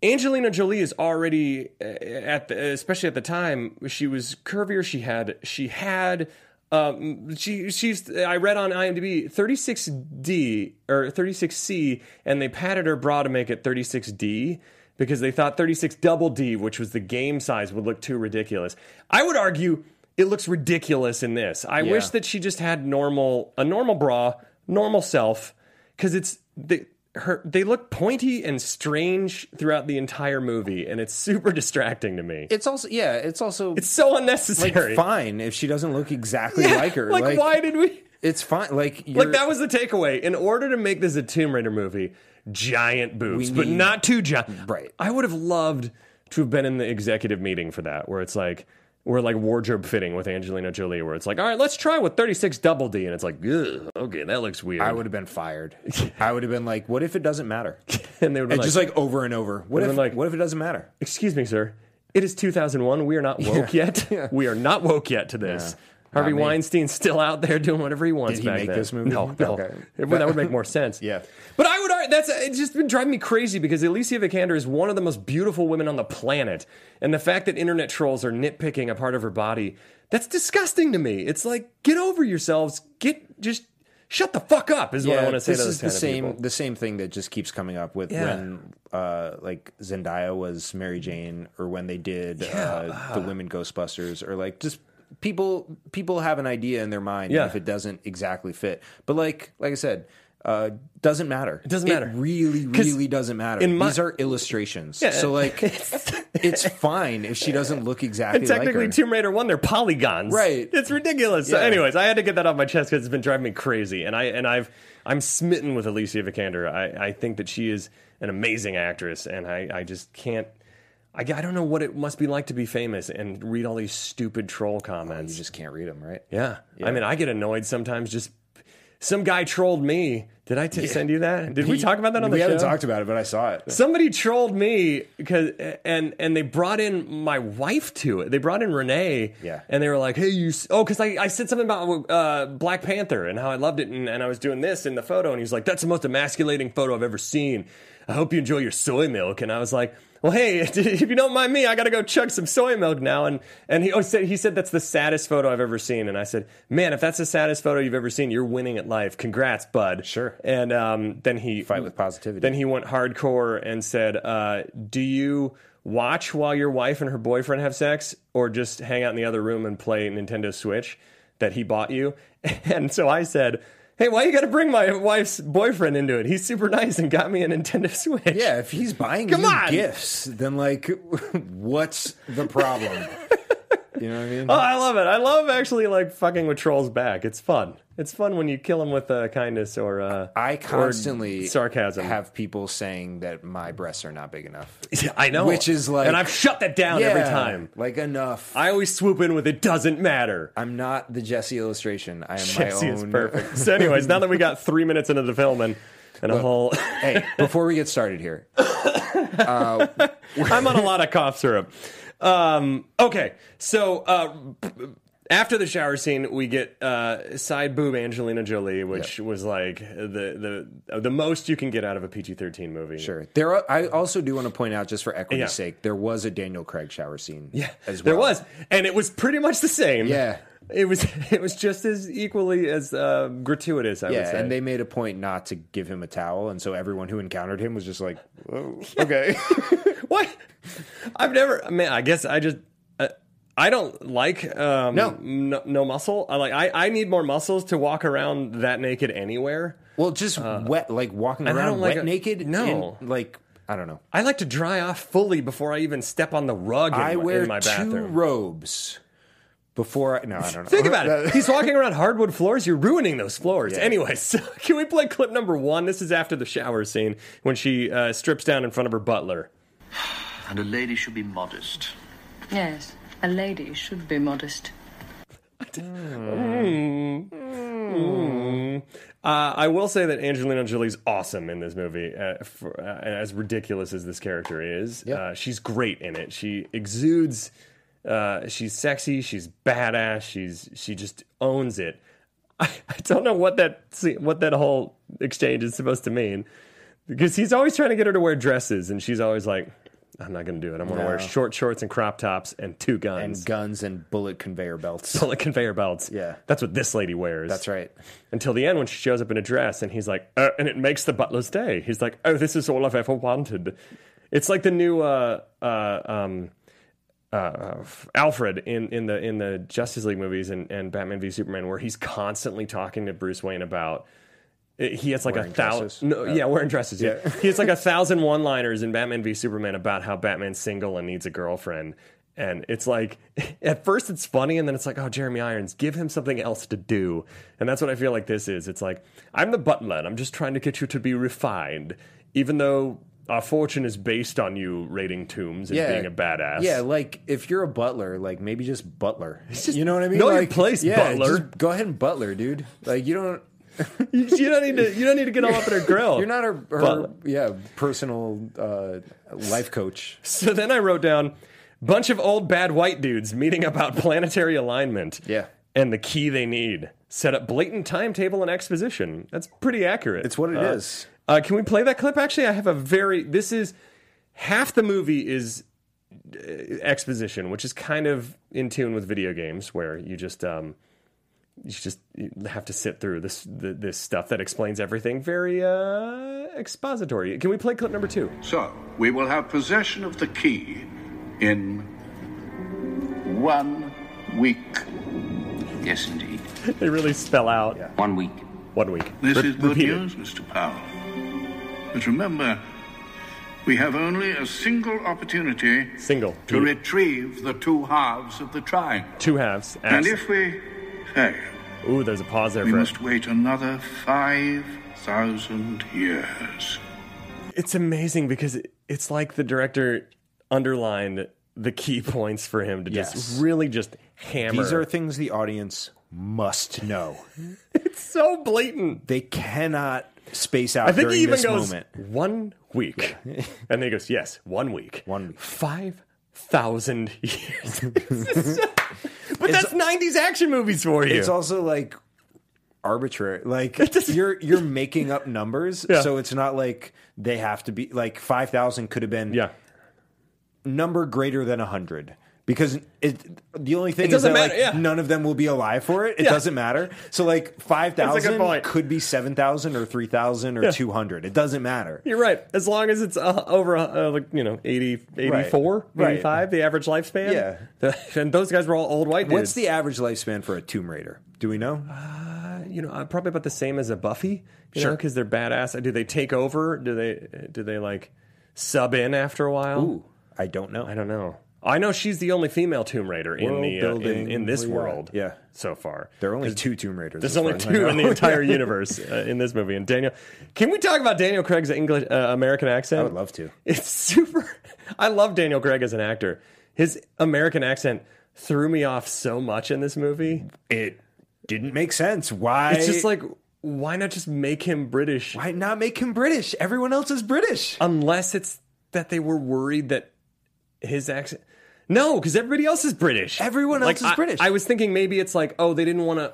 S1: Angelina Jolie is already uh, at the, especially at the time she was curvier. She had she had um, she she's I read on IMDb 36D or 36C, and they padded her bra to make it 36D because they thought 36 double D, which was the game size, would look too ridiculous. I would argue it looks ridiculous in this. I wish that she just had normal a normal bra, normal self, because it's the her they look pointy and strange throughout the entire movie, and it's super distracting to me.
S3: It's also yeah. It's also
S1: It's so
S3: like
S1: unnecessary.
S3: fine if she doesn't look exactly
S1: Yeah,
S3: like
S1: (laughs)
S3: her.
S1: Like, why did we?
S3: It's fine. Like
S1: Like
S3: you're-
S1: that was the takeaway. In order to make this a Tomb Raider movie, giant boobs,
S3: We
S1: but
S3: need-
S1: not too giant.
S3: Right.
S1: I would have loved to have been in the executive meeting for that, where it's like. We're like wardrobe fitting with Angelina Jolie, where it's like, all right, let's try with 36 double D. And it's like, Ugh, okay, that looks weird.
S3: I would have been fired. I would have been like, what if it doesn't matter?
S1: (laughs) and they would be
S3: And
S1: like,
S3: just like over and over. What
S1: And then,
S3: if
S1: like-
S3: what if it doesn't matter?
S1: excuse me, sir. It is 2001. We are not woke
S3: (laughs)
S1: yet. We are not woke yet to this. Harvey
S3: me.
S1: Weinstein's still out there doing whatever he wants
S3: Did he
S1: back
S3: make
S1: then.
S3: this movie?
S1: No, no.
S3: Okay.
S1: It- that
S3: (laughs)
S1: would make more sense.
S3: Yeah.
S1: But I would argue that's it's just been driving me crazy because Alicia Vikander is one of the most beautiful women on the planet. And the fact that internet trolls are nitpicking a part of her body, that's disgusting to me. It's like, get over yourselves. Get just shut the fuck up is what I want to say
S3: this
S1: to those
S3: is the
S1: kind of
S3: same
S1: people.
S3: the same thing that just keeps coming up with
S1: Yeah.
S3: when uh, like Zendaya was Mary Jane, or when they did uh, the Women Ghostbusters, or like just people people have an idea in their mind and
S1: Yeah.
S3: if it doesn't exactly fit. But like like I said. Uh, doesn't matter. It
S1: doesn't matter.
S3: Really,
S1: 'Cause
S3: really doesn't matter.
S1: in my-
S3: These are illustrations.
S1: (laughs)
S3: So like, it's fine if she doesn't look exactly
S1: And
S3: like her.
S1: technically, Tomb Raider one, they're polygons.
S3: Right.
S1: It's ridiculous. So,
S3: Yeah.
S1: anyways, I had to get that off my chest because it's been driving me crazy, and I and I've I'm smitten with Alicia Vikander. I, I think that she is an amazing actress, and I I just can't. I, I don't know what it must be like to be famous and read all these stupid troll comments.
S3: you just can't read them, right?
S1: Yeah. I mean, I get annoyed sometimes just some guy trolled me Did I t- send you that? Did we talk about that on
S3: we
S1: the show?
S3: haven't talked about it, but I saw it.
S1: Somebody trolled me because and and they brought in my wife to it. They brought in Renee.
S3: Yeah.
S1: And they were like, "Hey, you." s- Oh, because I, I said something about uh, Black Panther and how I loved it, and, and I was doing this in the photo, and he was like, "That's the most emasculating photo I've ever seen." I hope you enjoy your soy milk. And I was like, "Well, hey, (laughs) if you don't mind me, I got to go chug some soy milk now." And and he oh, said he said that's the saddest photo I've ever seen, and I said, "Man, if that's the saddest photo you've ever seen, you're winning at life. Congrats, bud."
S3: Sure.
S1: And um, then he
S3: Fight with positivity.
S1: Then he went hardcore and said, uh, "Do you watch while your wife and her boyfriend have sex, or just hang out in the other room and play Nintendo Switch that he bought you?" (laughs) And so I said, "Hey, why you got to bring my wife's boyfriend into it? He's super nice and got me a Nintendo (laughs) Switch."
S3: Yeah, if he's buying
S1: Come
S3: you
S1: on!
S3: gifts, then like, (laughs) what's the problem? you know what I mean?
S1: Oh, I love it. I love actually like fucking with trolls back. It's fun. It's fun when you kill them with uh, kindness or uh,
S3: I
S1: or
S3: constantly
S1: sarcasm.
S3: have people saying that my breasts are not big enough.
S1: (laughs) I know,
S3: which is like-
S1: and I've shut that down every
S3: Yeah,
S1: time.
S3: like enough.
S1: I always swoop in with it doesn't matter.
S3: I'm not the Jesse illustration. I
S1: (laughs)
S3: am
S1: Jesse
S3: my own.
S1: is perfect. So, anyways, now that we got three minutes into the film and, and a whole,
S3: (laughs) (laughs)
S1: (laughs)
S3: hey, before we get started here,
S1: I'm on a lot of cough syrup. Um, okay, so uh, after the shower scene, we get uh, side boob Angelina Jolie, which was like the the the most you can get out of a PG-13 movie. (laughs)
S3: sure. There, are, I also do want to point out, just for equity's
S1: Yeah.
S3: sake, there was a Daniel Craig shower scene. Yeah, as well.
S1: There was, and it was pretty much the same.
S3: Yeah.
S1: It was (laughs) it was just as equally as uh, gratuitous, I would
S3: Yeah,
S1: say.
S3: and they made a point not to give him a towel, and so everyone who encountered him was just like, oh, okay.
S1: What? I've never. Man, I guess I just. Uh, I don't like um,
S3: No.
S1: no no muscle. I like I, I need more muscles to walk around that naked anywhere.
S3: well, just wet, like walking
S1: Uh, and I
S3: around
S1: don't like
S3: wet
S1: a-
S3: naked.
S1: No.
S3: in, like I don't know.
S1: I like to dry off fully before I even step on the rug. In,
S3: I
S1: my-
S3: wear
S1: in my
S3: two
S1: bathroom.
S3: robes before. I, no, I don't know.
S1: Think about
S3: (laughs)
S1: it. He's walking around hardwood floors. You're ruining those floors. Anyway, (laughs) so can we play clip number one? This is after the shower scene when she uh, strips down in front of her butler.
S5: And a lady should be modest.
S6: Yes, a lady should be modest.
S1: Uh, I will say that Angelina Jolie's awesome in this movie. Uh, for, uh, as ridiculous as this character is, uh, she's great in it. She exudes. Uh, she's sexy. She's badass. She's she just owns it. (laughs) I, I don't know what that se- what that whole exchange is supposed to mean because he's always trying to get her to wear dresses, and she's always like, "I'm not going to do it. I'm going to wear short shorts and crop tops and two guns."
S3: And guns and bullet
S1: (laughs)
S3: conveyor belts.
S1: Bullet conveyor belts.
S3: Yeah.
S1: that's what this lady wears.
S3: That's right.
S1: Until the end, when she shows up in a dress, and he's like, uh, and it makes the butler's day. He's like, oh, this is all I've ever wanted. It's like the new uh, uh, um, uh, uh, f- Alfred in, in the in the Justice League movies and, and Batman v Superman, where he's constantly talking to Bruce Wayne about. it- He has like
S3: Wearing
S1: a thousand.
S3: dresses?
S1: No, yeah, wearing dresses. Yeah,
S3: Yeah.
S1: he has
S3: (laughs)
S1: like a thousand one-liners in Batman v Superman about how Batman's single and needs a girlfriend, and it's like (laughs) at first it's funny, and then it's like, oh, Jeremy Irons, give him something else to do, and that's what I feel like this is. It's like I'm the butler, and I'm just trying to get you to be refined, even though our fortune is based on you raiding tombs and being a badass.
S3: Yeah, like if you're a butler, like maybe
S1: (laughs)
S3: just butler.
S1: just-
S3: you know what I mean?
S1: know your
S3: like,
S1: place,
S3: yeah,
S1: butler.
S3: just go ahead and butler, dude. Like you don't.
S1: you, you don't need to. You don't need to get all up in her grill.
S3: You're not her, her
S1: Butler.
S3: yeah personal uh, life coach.
S1: So then I wrote down bunch of old bad white dudes meeting about planetary alignment.
S3: Yeah.
S1: And the key they need. Set up blatant timetable and exposition. That's pretty accurate.
S3: It's what it
S1: it
S3: is.
S1: is. Uh, can we play that clip? Actually, I have a very. This is half the movie is uh, exposition, which is kind of in tune with video games, where you just um, you just you have to sit through this th- this stuff that explains everything. Very uh, expository. Can we play clip number two? (laughs)
S7: So, we will have possession of the key in one week.
S5: Yes, indeed.
S1: They really spell out
S5: One week.
S1: one week.
S7: This
S1: Re-
S7: is good
S1: repeat it.
S7: news, Mr. Powell. But remember, we have only a single opportunity
S1: Single.
S7: to
S1: Two,
S7: retrieve the two halves of the triangle.
S1: two halves.
S7: And
S1: Abs.
S7: if we fail,
S1: Ooh, there's a pause there
S7: we
S1: for
S7: must wait another 5,000 years.
S1: It's amazing because it- it's like the director underlined the key (laughs) points for him to
S3: Yes.
S1: just really just hammer.
S3: These are things the audience must know.
S1: so blatant.
S3: They cannot space out
S1: I think
S3: during
S1: he even
S3: this
S1: goes
S3: moment.
S1: one week,
S3: (laughs)
S1: and then he goes, "Yes, one week,
S3: One week.
S1: five thousand (laughs) years." It's just- but that's '90s action movies for you.
S3: It's also like arbitrary.
S1: (laughs)
S3: Like
S1: doesn't-
S3: you're you're making up numbers,
S1: Yeah.
S3: so it's not like they have to be like five thousand could have been
S1: yeah,
S3: number greater than hundred. Because it, the only thing
S1: It
S3: is
S1: doesn't
S3: that like,
S1: matter, yeah.
S3: none of them will be alive for it. It
S1: Yeah.
S3: doesn't matter. So like five thousand
S1: point.
S3: could be seven thousand or three thousand or
S1: Yeah.
S3: two hundred. It doesn't matter.
S1: you're right. As long as it's uh, over, uh, like you know, 80, 84,
S3: Right.
S1: 85, the average lifespan.
S3: Yeah.
S1: (laughs) and those guys were all old white dudes.
S3: What's the average lifespan for a Tomb Raider? Do we know?
S1: you know uh, probably about the same as a Buffy, you know,
S3: Sure.
S1: because they're badass. Do they take over? Do they do they like sub in after a while?
S3: Ooh, I don't know.
S1: I don't know. I know she's the only female Tomb Raider in
S3: World
S1: the uh, in,
S3: building,
S1: in this
S3: yeah.
S1: world.
S3: Yeah.
S1: so far
S3: There are only two Tomb Raiders.
S1: There's
S3: as
S1: only
S3: far as I
S1: two in
S3: know.
S1: the
S3: (laughs)
S1: entire universe uh, in this movie. And Daniel, can we talk about Daniel Craig's English uh, American accent?
S3: I would love to.
S1: It's super. I love Daniel Craig as an actor. His American accent threw me off so much in this movie.
S3: it didn't make sense. Why?
S1: It's just like, why not just make him British?
S3: why not make him British? Everyone else is British.
S1: Uh, Unless it's that they were worried that his accent. No, because everybody else is British.
S3: Everyone else
S1: Like,
S3: is
S1: I-
S3: British.
S1: I was thinking maybe it's like, oh, they didn't want to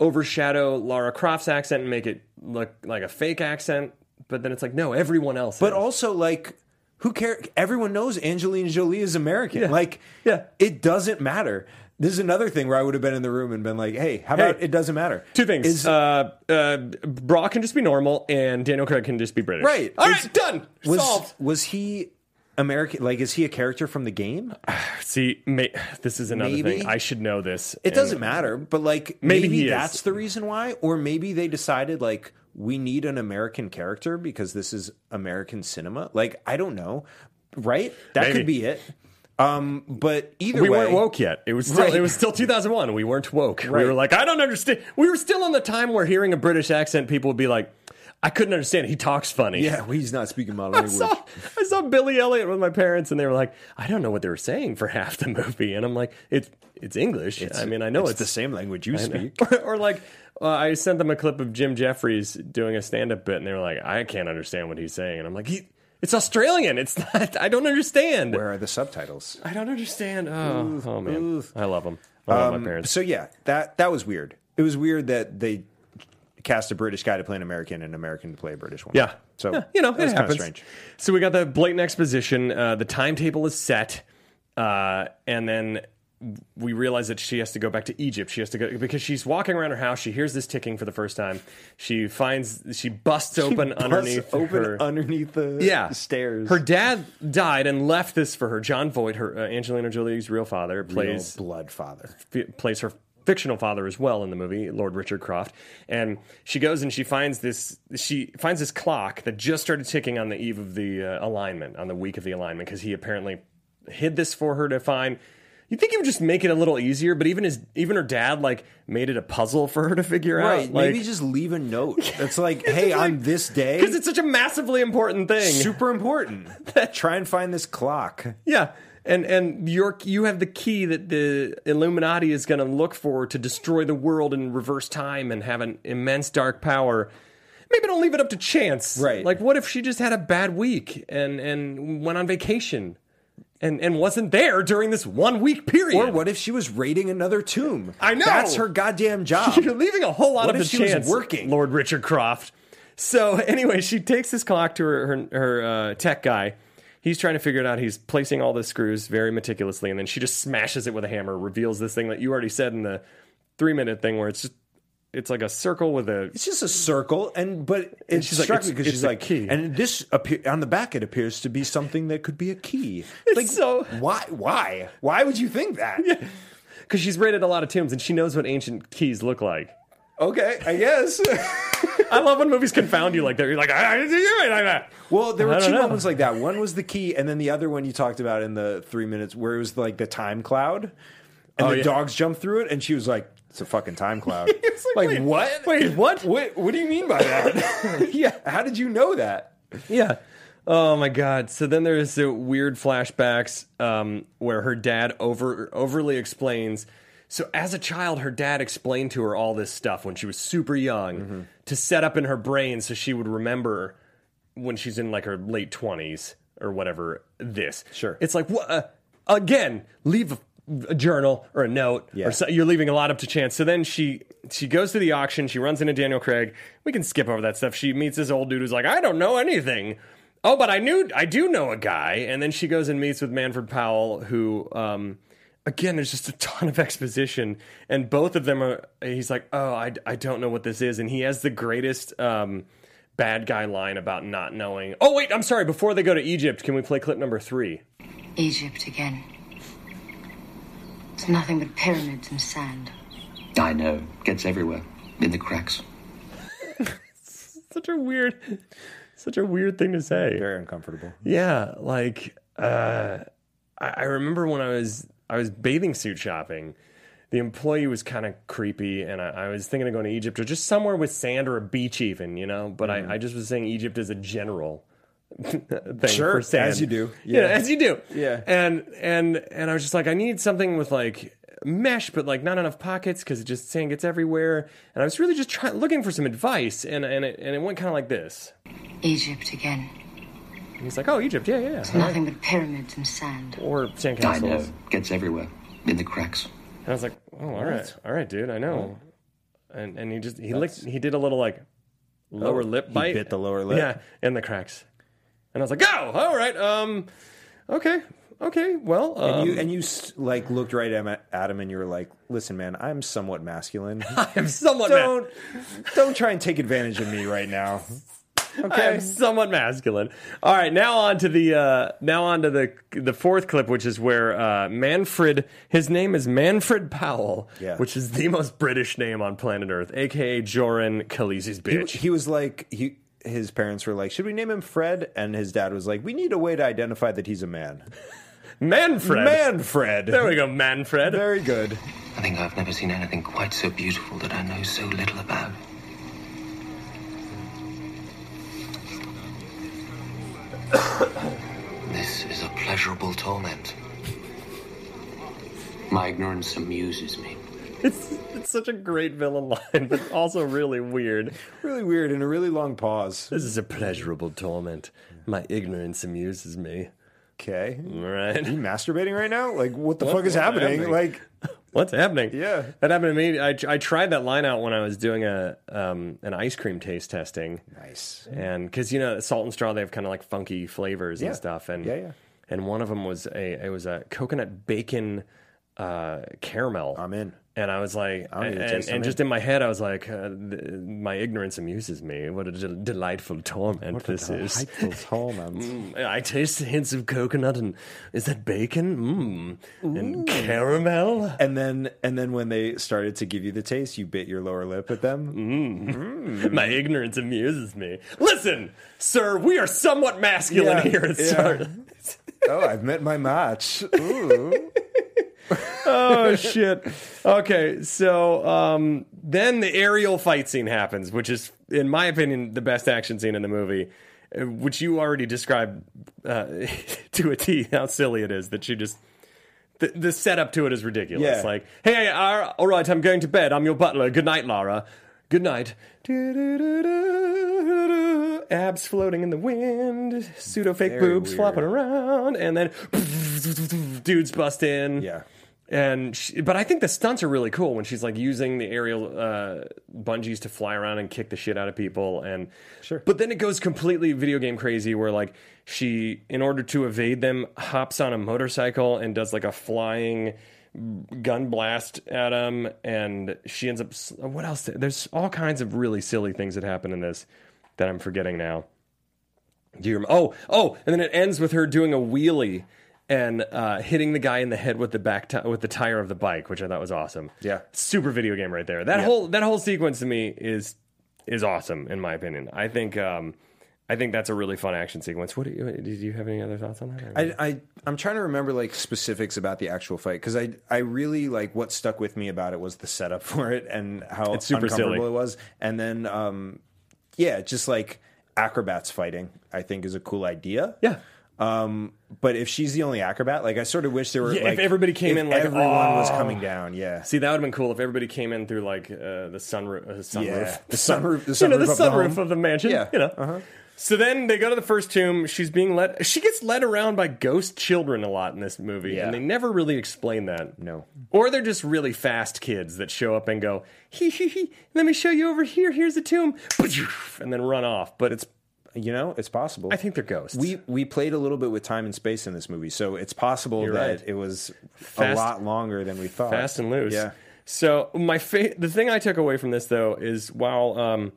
S1: overshadow Lara Croft's accent and make it look like a fake accent. But then it's like, no, everyone else.
S3: but
S1: is.
S3: also, like, who cares? Everyone knows Angelina Jolie is American. Like,
S1: Yeah.
S3: it doesn't matter. This is another thing where I would have been in the room and been like, "Hey, how
S1: Hey.
S3: about it doesn't matter?"
S1: Two things.
S3: Is-
S1: uh, uh, Brock can just be normal, and Daniel Craig can just be British.
S3: right.
S1: All
S3: Is-
S1: right. Done.
S3: Was
S1: Solved.
S3: was he American? Like, is he a character from the game?
S1: See, may, this is another
S3: Maybe.
S1: thing. I should know this.
S3: It doesn't matter, but like
S1: Maybe
S3: maybe,
S1: he is.
S3: that's the reason why, or maybe they decided like we need an American character because this is American cinema. Like I don't know, right? That could
S1: Maybe.
S3: be it. Um, but either
S1: We
S3: way,
S1: weren't woke yet. It was still,
S3: Right.
S1: it was still 2001. We weren't woke. We
S3: Right.
S1: were like, I don't understand. We were still in the time where hearing a British accent, people would be like, I couldn't understand. He talks funny.
S3: Yeah, well, he's not speaking
S1: (laughs)
S3: my
S1: I
S3: language.
S1: saw, I saw Billy Elliot with my parents, and they were like, I don't know what they were saying for (laughs) half the movie, and I'm like, it's it's English. I mean, I know it's,
S3: the same language you
S1: (laughs)
S3: speak.
S1: or, or like uh, I sent them a clip of Jim Jeffries doing a stand-up bit, and they were like, "I can't understand what he's saying," and I'm like, he, "It's Australian. It's not. I don't understand.
S3: Where are the subtitles?
S1: I don't understand." Um, Oh, oh, man,
S3: oof.
S1: I love them. I love my parents.
S3: So yeah, that that was weird. It was weird that they cast a British guy to play an American and an American to play a British one.
S1: Yeah.
S3: So
S1: Yeah, you know,
S3: that's
S1: it
S3: kinda
S1: happens.
S3: strange.
S1: So we got the blatant exposition. Uh, the timetable is set, uh, and then we realize that she has to go back to Egypt. She has to go because she's walking around her house. She hears this ticking for the first time. She finds she busts open
S3: Bus
S1: underneath
S3: open
S1: her
S3: underneath the
S1: yeah.
S3: stairs.
S1: Her dad died and left this for her. John Voight, her uh, Angelina Jolie's real father,
S3: Real
S1: plays
S3: blood father.
S1: f- plays her fictional father as well in the movie, Lord Richard Croft. And she goes and she finds this she finds this clock that just started ticking on the eve of the uh, alignment, on the week of the alignment, because he apparently hid this for her to find. You think he would just make it a little easier, but even his even her dad like made it a puzzle for her to figure
S3: Right.
S1: out.
S3: maybe just leave a note.
S1: (laughs)
S3: That's like, hey, on this day,
S1: because it's such a massively important thing.
S3: super important.
S1: (laughs)
S3: Try and find this clock.
S1: Yeah. And and your you have the key that the Illuminati is going to look for to destroy the world in reverse time and have an immense dark power. Maybe don't leave it up to chance.
S3: Right.
S1: Like what if she just had a bad week and and went on vacation and and wasn't there during this one week period?
S3: Or what if she was raiding another tomb?
S1: I know!
S3: That's her
S1: (laughs)
S3: goddamn job.
S1: You're leaving a whole lot
S3: What
S1: of
S3: if
S1: the
S3: she was
S1: chance,
S3: working?
S1: Lord Richard Croft. So (laughs) anyway, she takes this clock to her her, her, uh, tech guy. He's trying to figure it out. He's placing all the screws very meticulously, and then she just smashes it with a hammer. Reveals this thing that you already said in the three minute thing, where it's just it's like a circle with a
S3: It's just a circle, and but it
S1: she's like,
S3: struck
S1: it's-
S3: me because
S1: it's
S3: she's
S1: a
S3: like,
S1: key.
S3: and this appear, on the back it appears to be something that could be a key. like,
S1: so-
S3: why, why, why would you think that?
S1: because she's raided a lot of tombs and she knows what ancient keys look like.
S3: Okay, I
S1: (laughs)
S3: guess.
S1: I love when movies confound you like that. You're like, "Ah, I, I didn't do it like that.
S3: Well, there
S1: I
S3: were
S1: don't
S3: two
S1: know.
S3: moments like that. One was the key, and then the other one you talked about in the three minutes where it was like the time cloud, and
S1: Oh,
S3: the
S1: yeah.
S3: dogs jumped through it, and she was like, "It's a fucking
S1: (laughs)
S3: time cloud."
S1: It's
S3: like
S1: wait,
S3: what?
S1: Wait, what?
S3: what? What do you mean by that?
S1: (laughs)
S3: yeah, how did you know that?
S1: Yeah. Oh my god. So then there's the weird flashbacks um, where her dad over overly explains. So as a child, her dad explained to her all this stuff when she was super young
S3: Mm-hmm.
S1: to set up in her brain so she would remember when she's in like her late twenties or whatever. This
S3: Sure.
S1: it's like what uh, again? Leave a, a journal or a note
S3: Yeah.
S1: or so, you're leaving a lot up to chance. So then she she goes to the auction. She runs into Daniel Craig. We can skip over that stuff. She meets this old dude who's like, I don't know anything. Oh, but I knew I do know a guy. And then she goes and meets with Manfred Powell, who um, again, there's just a ton of exposition, and both of them are. He's like, oh, I I don't know what this is, and he has the greatest. Um, Bad guy line about not knowing. Oh, wait, I'm sorry. Before they go to Egypt, can we play clip number three?
S6: Egypt again. It's nothing but pyramids and sand.
S5: I know. Gets everywhere. In the cracks.
S1: Such a weird, such a weird thing to say.
S3: Very uncomfortable.
S1: Yeah, like uh, I, I remember when I was I was bathing suit shopping. The employee was kind of creepy, and I, I was thinking of going to Egypt or just somewhere with sand or a beach, even you know. But
S3: Mm.
S1: I, I just was saying Egypt is a general (laughs) thing
S3: Sure,
S1: for
S3: as
S1: sand,
S3: you do.
S1: (laughs) yeah,
S3: Yeah.
S1: as you do,
S3: Yeah.
S1: And and and I was just like, I need something with like mesh, but like not enough pockets because it just sand gets everywhere. And I was really just trying looking for some advice, and and it, and it went kind of like this.
S6: Egypt again.
S1: And he's like, Oh, Egypt, yeah, yeah, yeah.
S6: It's nothing but pyramids and sand.
S1: or
S5: I know.
S1: sandcastles.
S5: Gets everywhere. In the cracks.
S1: And I was like, oh, all right, all right, dude, I know. And and he just he licked, he did a little like lower
S3: Oh,
S1: lip
S3: he
S1: bite,
S3: bit the lower lip.
S1: yeah, and the cracks. And I was like, oh, all right, um, okay, okay, well, um,
S3: And you and you s- like looked right at him- at him and you were like, "Listen, man, I'm
S1: (laughs)
S3: somewhat masculine.
S1: (laughs) I'm somewhat ma-
S3: don't don't try and take advantage of me right now."
S1: I'm somewhat masculine. All right, now on to the uh, now on to the the fourth clip, which is where uh, Manfred. His name is Manfred Powell,
S3: Yeah.
S1: which is the most British name on planet Earth, aka Joran Khaleesi's
S3: He,
S1: bitch.
S3: he was like he. His parents were like, "Should we name him Fred?" And his dad was like, "We need a way to identify that he's a man."
S1: Manfred.
S3: Man, Fred.
S1: There we go, Manfred.
S3: Very good.
S5: I think I've never seen anything quite so beautiful that I know so little about. (coughs) this is a pleasurable torment. My ignorance amuses me.
S1: (laughs) It's, it's such a great villain line, but also really weird.
S3: Really weird and a really long pause.
S1: This is a pleasurable torment. My ignorance amuses me.
S3: Okay.
S1: All
S3: You
S1: right.
S3: masturbating right now? Like, what the
S1: What-
S3: fuck is
S1: what's
S3: happening?
S1: happening?
S3: Like,
S1: What's happening?
S3: Yeah.
S1: That happened to me. I, I tried that line out when I was doing a um, an ice cream taste testing.
S3: nice.
S1: and because you know salt and straw they have kind of like funky flavors
S3: Yeah.
S1: and stuff and
S3: Yeah, yeah.
S1: and one of them was a it was a coconut bacon uh caramel
S3: I'm in.
S1: and i was like
S3: I don't need
S1: and,
S3: to taste, I'm
S1: and
S3: in.
S1: just in my head i was like uh, th- my ignorance amuses me what a del- delightful torment this is
S3: Delightful
S1: (laughs)
S3: torment.
S1: I taste the hints of coconut and is that bacon? Mmm. And caramel?
S3: And then, and then when they started to give you the taste, you bit your lower lip at
S1: Mm.
S3: them. Mm.
S1: My ignorance amuses me. Listen, sir, we are somewhat masculine
S3: Yeah,
S1: here at
S3: yeah.
S1: Star-
S3: Oh, I've met my
S1: (laughs)
S3: match. Ooh.
S1: oh shit. Okay, so um, then the aerial fight scene happens, which is, in my opinion, the best action scene in the movie, uh, which you already described uh, (laughs) to a T. How silly it is that she just. The, the setup to it is ridiculous.
S3: Yeah.
S1: Like, hey, all all right, I'm going to bed. I'm your butler. Good night, Lara. Good night. Do-do-do-do-do-do. Abs floating in the wind, pseudo fake
S3: Very
S1: boobs
S3: weird.
S1: flopping around, and then dudes bust in
S3: Yeah.
S1: and she, but I think the stunts are really cool when she's like using the aerial uh, bungees to fly around and kick the shit out of people and
S3: Sure.
S1: But then it goes completely video game crazy where like she, in order to evade them, hops on a motorcycle and does like a flying gun blast at them, and she ends up. s- What else? There's all kinds of really silly things that happen in this that I'm forgetting now. Do you remember? Oh, oh, and then it ends with her doing a wheelie and uh, hitting the guy in the head with the back ti- with the tire of the bike, which I thought was awesome.
S3: Yeah.
S1: super video game right there. That whole that whole sequence to me is is awesome in my opinion. I think um, I think that's a really fun action sequence. What do you, did you have any other thoughts on that?
S3: I, I, I'm trying to remember like specifics about the actual fight because I, I really like what stuck with me about it was the setup (laughs) for it and how
S1: It's super
S3: uncomfortable
S1: silly.
S3: it was, and then, um, yeah, just like acrobats fighting, I think is a cool idea.
S1: yeah,
S3: Um, but if she's the only acrobat, like I sort of wish there were.
S1: Yeah, if
S3: like,
S1: everybody came
S3: if
S1: in, like,
S3: everyone was
S1: "Oh."
S3: coming down. Yeah.
S1: See, that would have been cool if everybody came in through like uh, the sunroof, uh, sunroof,
S3: Yeah, the sunroof- the
S1: you know, (laughs) the
S3: sunroof of the
S1: sunroof
S3: home.
S1: of the mansion.
S3: Yeah,
S1: you know. So then they go to the first tomb. She's being led. She gets led around by ghost children a lot in this movie,
S3: Yeah.
S1: and they never really explain that.
S3: No.
S1: Or they're just really fast kids that show up and go, "Hee hee hee! Let me show you over here. Here's the tomb," (laughs) and then run off. But it's.
S3: You know, it's possible.
S1: I think they're ghosts.
S3: we we played a little bit with time and space in this movie, so it's possible
S1: You're
S3: that
S1: right.
S3: it was
S1: Fast-
S3: a lot longer than we thought.
S1: fast and loose.
S3: Yeah.
S1: So my fa- the thing I took away from this though is while um,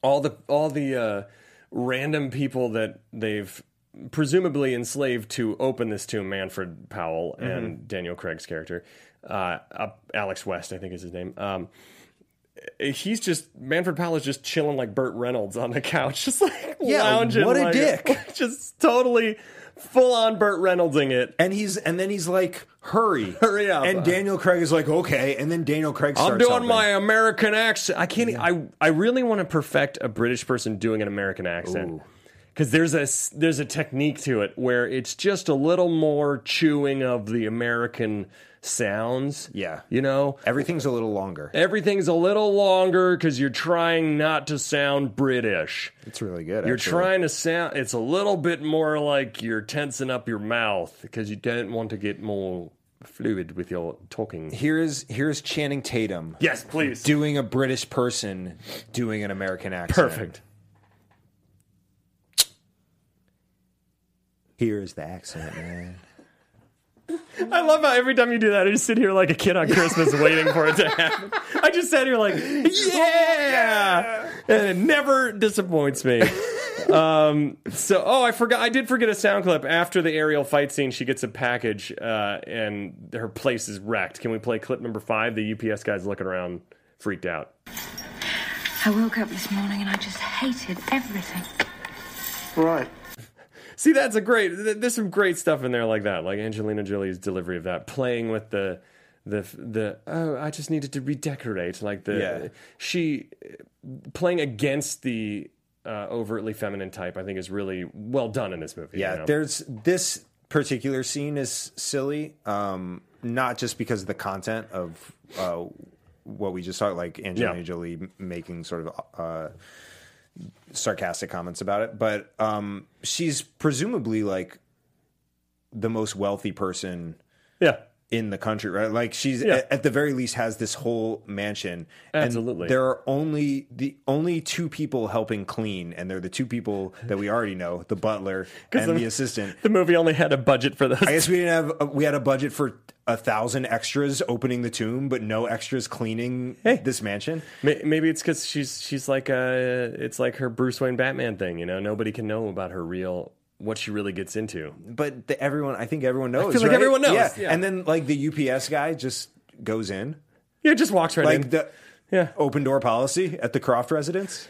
S1: all the all the uh, random people that they've presumably enslaved to open this tomb, Manfred Powell
S3: Mm-hmm.
S1: and Daniel Craig's character, uh, uh, Alex West, I think is his name. Um, he's just Manfred Powell is just chilling like Burt Reynolds on the couch, (laughs) just like
S3: Yeah,
S1: lounging.
S3: what a
S1: like-
S3: dick.
S1: (laughs) just totally full on Burt Reynoldsing it.
S3: And he's and then he's like, (laughs) "Hurry,
S1: Hurry up.
S3: And Daniel Craig is like, "Okay." And then Daniel Craig starts.
S1: I'm doing
S3: something.
S1: my American accent. I can't. e-, I I really want to perfect a British person doing an American accent because there's a s- there's a technique to it where it's just a little more chewing of the American sounds.
S3: Yeah.
S1: you know.
S3: Everything's a little (laughs) longer.
S1: Everything's a little longer because you're trying not to sound British.
S3: It's really good.
S1: You're
S3: actually.
S1: trying to sound. It's a little bit more like you're tensing up your mouth because you don't want to get more fluid with your talking.
S3: Here's here's Channing Tatum
S1: (laughs) Yes, please.
S3: doing a British person doing an American accent.
S1: Perfect.
S3: Here's the accent, man.
S1: (laughs) I love how every time you do that, I just sit here like a kid on Christmas waiting for it to happen. I just sat here like, yeah, and it never disappoints me. Um, so, oh, I forgot. I did forget a sound clip after the aerial fight scene. She gets a package, uh, and her place is wrecked. Can we play clip number five? The UPS guy's looking around, freaked out.
S6: I woke up this morning and I just hated everything.
S7: Right.
S1: See, that's a great. th- There's some great stuff in there like that, like Angelina Jolie's delivery of that, playing with the, the the. Oh, I just needed to redecorate. Like the
S3: Yeah.
S1: she playing against the uh, overtly feminine type. I think is really well done in this movie.
S3: Yeah,
S1: you know?
S3: there's this particular scene is silly, um, not just because of the content of uh, what we just saw, like Angelina
S1: Yeah.
S3: Jolie m- making sort of uh, sarcastic comments about it, but um, she's presumably like the most wealthy person
S1: yeah.
S3: in the country, right? Like she's
S1: Yeah.
S3: at, at the very least has this whole mansion.
S1: Absolutely.
S3: And there are only the only two people helping clean, and they're the two people that we already know:
S1: (laughs)
S3: the butler and the assistant.
S1: The movie only had a budget for this.
S3: I guess we didn't have uh, we had a budget for a thousand extras opening the tomb, but no extras cleaning this mansion.
S1: (laughs) May- Maybe it's because she's she's like uh it's like her Bruce Wayne Batman thing. You know, nobody can know about her real what she really gets into.
S3: But the, everyone, I think everyone knows.
S1: feel like
S3: right?
S1: everyone knows,
S3: Yeah.
S1: yeah.
S3: and then like the UPS guy just goes in,
S1: Yeah, just walks right in.
S3: like the
S1: yeah,
S3: open door policy at the Croft residence.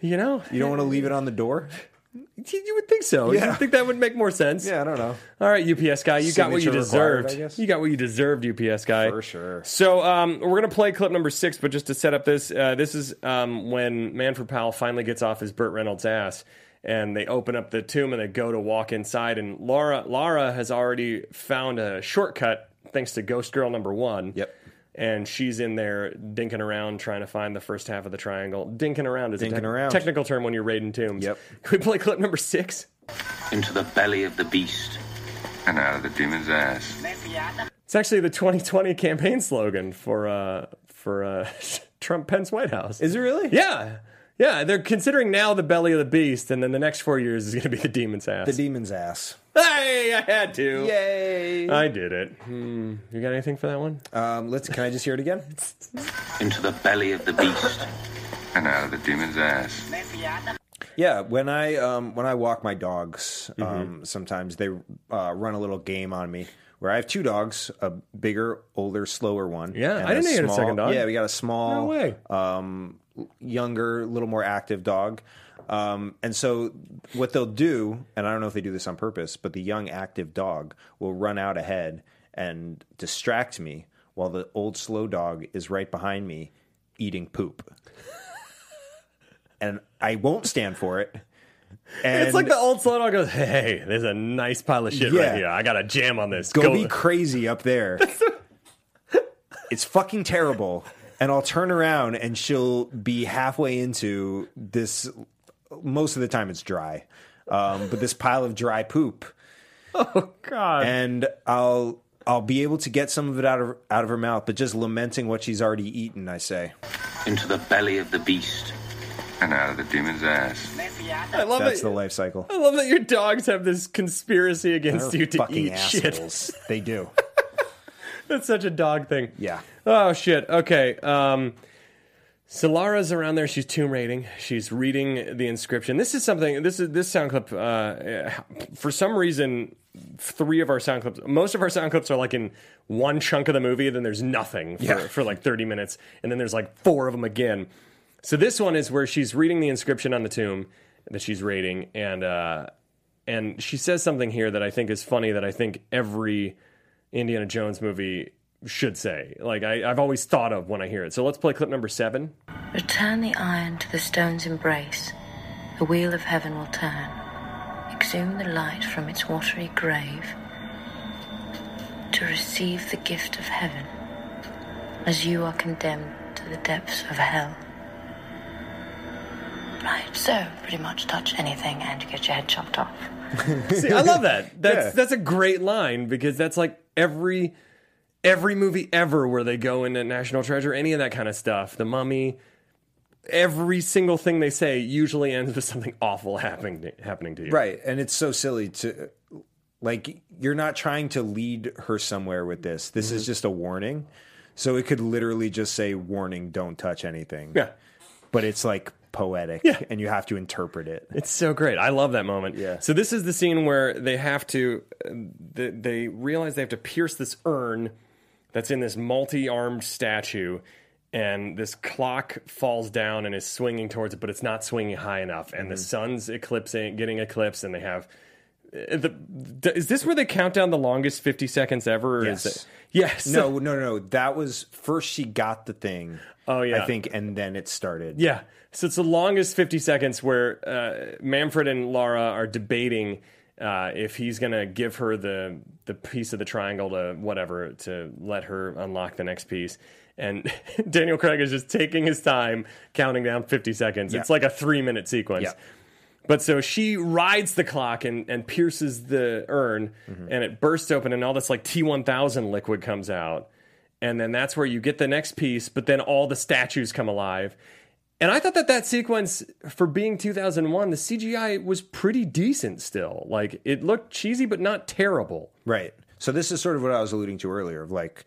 S1: you know,
S3: You don't want to leave it on the door.
S1: You would think so. You
S3: Yeah.
S1: would think that would make more sense.
S3: Yeah, I don't know.
S1: All right, UPS guy, you got what you
S3: Signature required,
S1: deserved.
S3: I guess.
S1: You got what you deserved, UPS guy.
S3: For sure.
S1: So um, we're gonna play clip number six, but just to set up this, uh, this is um, when Manfred Powell finally gets off his Burt Reynolds ass, and they open up the tomb and they go to walk inside, and Laura, Laura has already found a shortcut thanks to Ghost Girl number one.
S3: Yep.
S1: And she's in there dinking around trying to find the first half of the triangle. Dinking around is a
S3: Dinking
S1: tec-
S3: around.
S1: technical term when you're raiding tombs.
S3: Yep.
S1: Can we play clip number six?
S5: Into the belly of the beast.
S8: and out of the demon's ass.
S1: It's actually the 2020 campaign slogan for uh, for uh, (laughs) Trump Pence White House.
S3: Is it really?
S1: Yeah, yeah. They're considering now the belly of the beast, and then the next four years is going to be the demon's ass.
S3: The demon's ass.
S1: hey, I had to.
S3: Yay!
S1: I did it. Hmm. You got anything for that one?
S3: Um, let's. Can I just hear it
S1: (laughs)
S3: again?
S5: Into the belly of the beast.
S8: And out of the demon's ass.
S3: Yeah. When I um, when I walk my dogs, um,
S1: Mm-hmm.
S3: sometimes they uh, run a little game on me. Where I have two dogs, a bigger, older, slower one.
S1: Yeah,
S3: and
S1: I didn't know
S3: a
S1: you had a
S3: small-
S1: second dog.
S3: Yeah, we got a small,
S1: No way.
S3: um, younger, little more active dog. Um, and so what they'll do, and I don't know if they do this on purpose, but the young active dog will run out ahead and distract me while the old slow dog is right behind me
S1: (laughs)
S3: eating poop. and I won't stand for it. And
S1: it's like the old song that goes, "Hey, there's a nice pile of shit
S3: Yeah.
S1: right here. I got a jam on this.
S3: go be crazy
S1: (laughs)
S3: up there. it's fucking terrible. And I'll turn around and she'll be halfway into this. Most of the time it's dry, um, but this pile of dry poop,
S1: God."
S3: and I'll I'll be able to get some of it out of out of her mouth, but just lamenting what she's already eaten. I say
S5: Into the belly of the beast.
S8: and out of the demon's ass.
S1: I love
S3: that's
S1: it.
S3: the life cycle.
S1: I love that your dogs have this conspiracy against
S3: They're
S1: you to eat shit.
S3: assholes. They do.
S1: (laughs) That's such a dog thing.
S3: Yeah.
S1: Oh shit. Okay. Um so Lara's around there. She's tomb raiding. She's reading the inscription. This is something. This is this sound clip. Uh, for some reason, three of our sound clips. Most of our sound clips are like in one chunk of the movie. Then there's nothing for,
S3: Yeah.
S1: for like 30 minutes, and then there's like four of them again. So this one is where she's reading the inscription on the tomb that she's raiding, and uh, and she says something here that I think is funny. That I think every Indiana Jones movie should say. Like I, I've always thought of when I hear it. So let's play clip number seven.
S9: Return the iron to the stone's embrace. The wheel of heaven will turn. Exhume the light from its watery grave to receive the gift of heaven, as you are condemned to the depths of hell. Right, so pretty much touch anything and you get your head chopped off.
S1: See, I love
S3: (laughs)
S1: that. That's
S3: Yeah.
S1: that's a great line because that's like every every movie ever where they go into National Treasure, any of that kind of stuff. The Mummy. Every single thing they say usually ends with something awful happening to, happening to you.
S3: Right. And it's so silly to like you're not trying to lead her somewhere with this. This
S1: Mm-hmm.
S3: is just a warning. So it could literally just say warning, don't touch anything.
S1: Yeah.
S3: But it's like poetic
S1: Yeah.
S3: and you have to interpret it.
S1: It's so great. I love that moment.
S3: Yeah.
S1: So this is the scene where they have to, uh, they, they realize they have to pierce this urn that's in this multi-armed statue, and this clock falls down and is swinging towards it, but it's not swinging high enough, and the
S3: Mm-hmm.
S1: sun's eclipsing, getting eclipsed, and they have. uh, The, d- is this where they count down the longest fifty seconds ever? Or Is
S3: Yes.
S1: it, yes.
S3: No, no, no, no. That was first she got the thing.
S1: Oh, yeah.
S3: I think and then it started.
S1: Yeah. So it's the longest 50 seconds where uh, Manfred and Laura are debating uh, if he's going to give her the the piece of the triangle to whatever to let her unlock the next piece. And (laughs) Daniel Craig is just taking his time counting down 50 seconds. It's like a three minute sequence.
S3: Yeah.
S1: But so she rides the clock and, and pierces the urn, and it bursts open, and all this like T1000 liquid comes out. And then that's where you get the next piece, but then all the statues come alive. And I thought that that sequence, for being 2001, the CGI was pretty decent still. Like it looked cheesy, but not terrible.
S3: Right. So this is sort of what I was alluding to earlier of like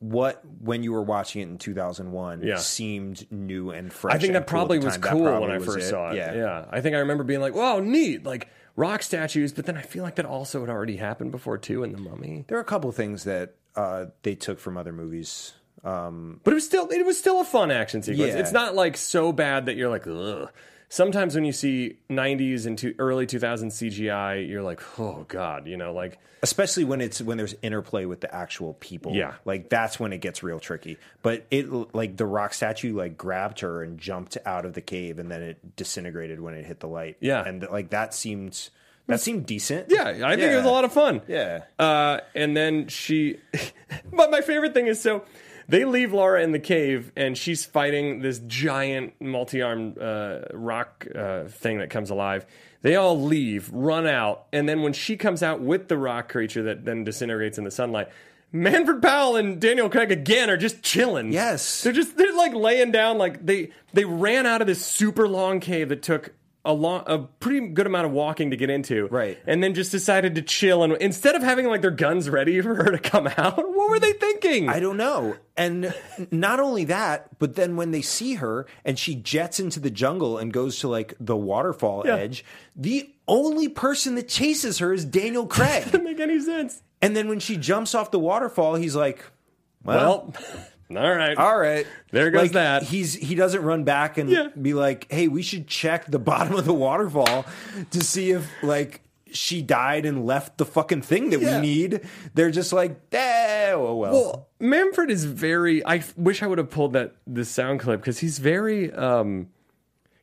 S3: what when you were watching it in 2001
S1: Yeah.
S3: seemed new and fresh.
S1: I think
S3: and
S1: that probably
S3: at the
S1: was
S3: time. That
S1: cool
S3: probably
S1: when I
S3: was
S1: first saw it. Yeah.
S3: Yeah.
S1: I think I remember being like, wow, neat. Like rock statues. But then I feel like that also had already happened before too in The Mummy.
S3: There are a couple things that uh, they took from other movies.
S1: But it was still it was still a fun action sequence.
S3: Yeah.
S1: It's not like so bad that you're like ugh. Sometimes when you see 90s and to early 2000s CGI, you're like, oh god, you know, like
S3: especially when it's when there's interplay with the actual people
S1: Yeah.
S3: like that's when it gets real tricky but it like the rock statue like grabbed her and jumped out of the cave and then it disintegrated when it hit the light
S1: Yeah.
S3: and like that seemed that seemed decent
S1: (laughs) yeah, I think it was a lot of fun.
S3: yeah
S1: Uh, and then she, (laughs) but my favorite thing is so they leave Laura in the cave and she's fighting this giant multi armed uh, rock uh, thing that comes alive. They all leave, run out, and then when she comes out with the rock creature that then disintegrates in the sunlight. Manfred Powell and Daniel Craig again are just chilling.
S3: Yes.
S1: they're just they're like laying down. Like they they ran out of this super long cave that took a long a pretty good amount of walking to get into.
S3: Right.
S1: And then just decided to chill and instead of having like their guns ready for her to come out, (laughs) what were they thinking?
S3: I don't know. And not only that, but then when they see her and she jets into the jungle and goes to like the waterfall
S1: Yeah.
S3: edge, the only person that chases her is Daniel Craig.
S1: Doesn't make any sense.
S3: and then when she jumps off the waterfall, he's like,
S1: Well, (laughs) all right.
S3: All right.
S1: There goes
S3: Like,
S1: that.
S3: He's he doesn't run back and
S1: Yeah.
S3: be like, "Hey, we should check the bottom of the waterfall to see if like she died and left the fucking thing that
S1: Yeah.
S3: we need." They're just like, "Eh, oh well."
S1: Well, Manfred is very. I f- wish I would have pulled that this sound clip because he's very um,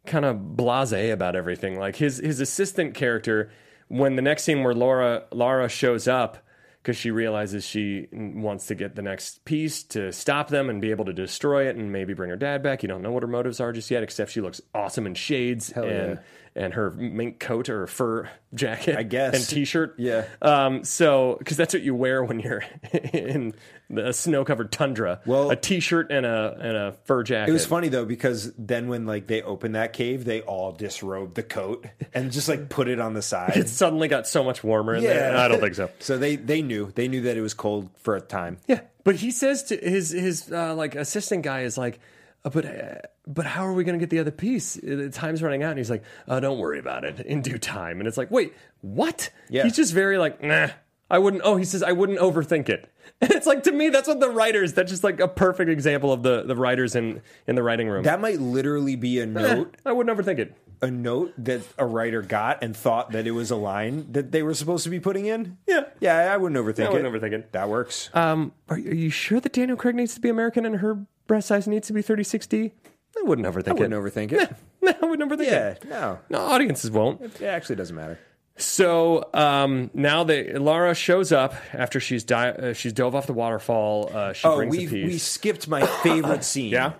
S1: kind of blasé about everything. Like his his assistant character, when the next scene where Laura Lara shows up because she realizes she wants to get the next piece to stop them and be able to destroy it and maybe bring her dad back. You don't know what her motives are just yet, except she looks awesome in shades and and her mink coat or fur jacket,
S3: I guess.
S1: and t-shirt.
S3: Yeah.
S1: Um, so, because that's what you wear when you're (laughs) in the snow-covered tundra.
S3: Well-
S1: a t-shirt and a and a fur jacket.
S3: It was funny though because then when like they opened that cave, they all disrobed the coat and just like put it on the
S1: It
S3: side.
S1: suddenly got so much warmer in there.
S3: Yeah.
S1: I don't think so.
S3: so they they knew they knew that it was cold for a time.
S1: (laughs) Yeah, but he says to his his uh, like assistant guy is like, uh, but uh, but how are we going to get the other piece? Uh, The time's running out, and he's like, oh, don't worry about it in due time. And it's like, wait, what?
S3: Yeah.
S1: he's just very like, nah, I wouldn't. Oh, he says I wouldn't overthink it. (laughs) And it's like to me, that's what the writers. That's just like a perfect example of the the writers in in the writing room.
S3: That might literally be a
S1: Eh,
S3: note
S1: I wouldn't overthink it.
S3: a note that a writer got and thought that it was a line that they were supposed to be putting in.
S1: Yeah.
S3: yeah, I wouldn't overthink
S1: I
S3: it.
S1: wouldn't overthink it.
S3: That works.
S1: Um, are, are you sure that Daniel Craig needs to be American and her breast size needs to be 36D? I wouldn't overthink it.
S3: I wouldn't overthink it.
S1: (laughs) No, I wouldn't overthink
S3: Yeah,
S1: it.
S3: no,
S1: No, audiences won't.
S3: it actually doesn't matter.
S1: So um, now that Lara shows up after she's di- uh, she's dove off the waterfall, uh, she
S3: Oh,
S1: brings
S3: we
S1: a
S3: we
S1: piece.
S3: skipped my
S1: (coughs)
S3: favorite scene.
S1: Yeah?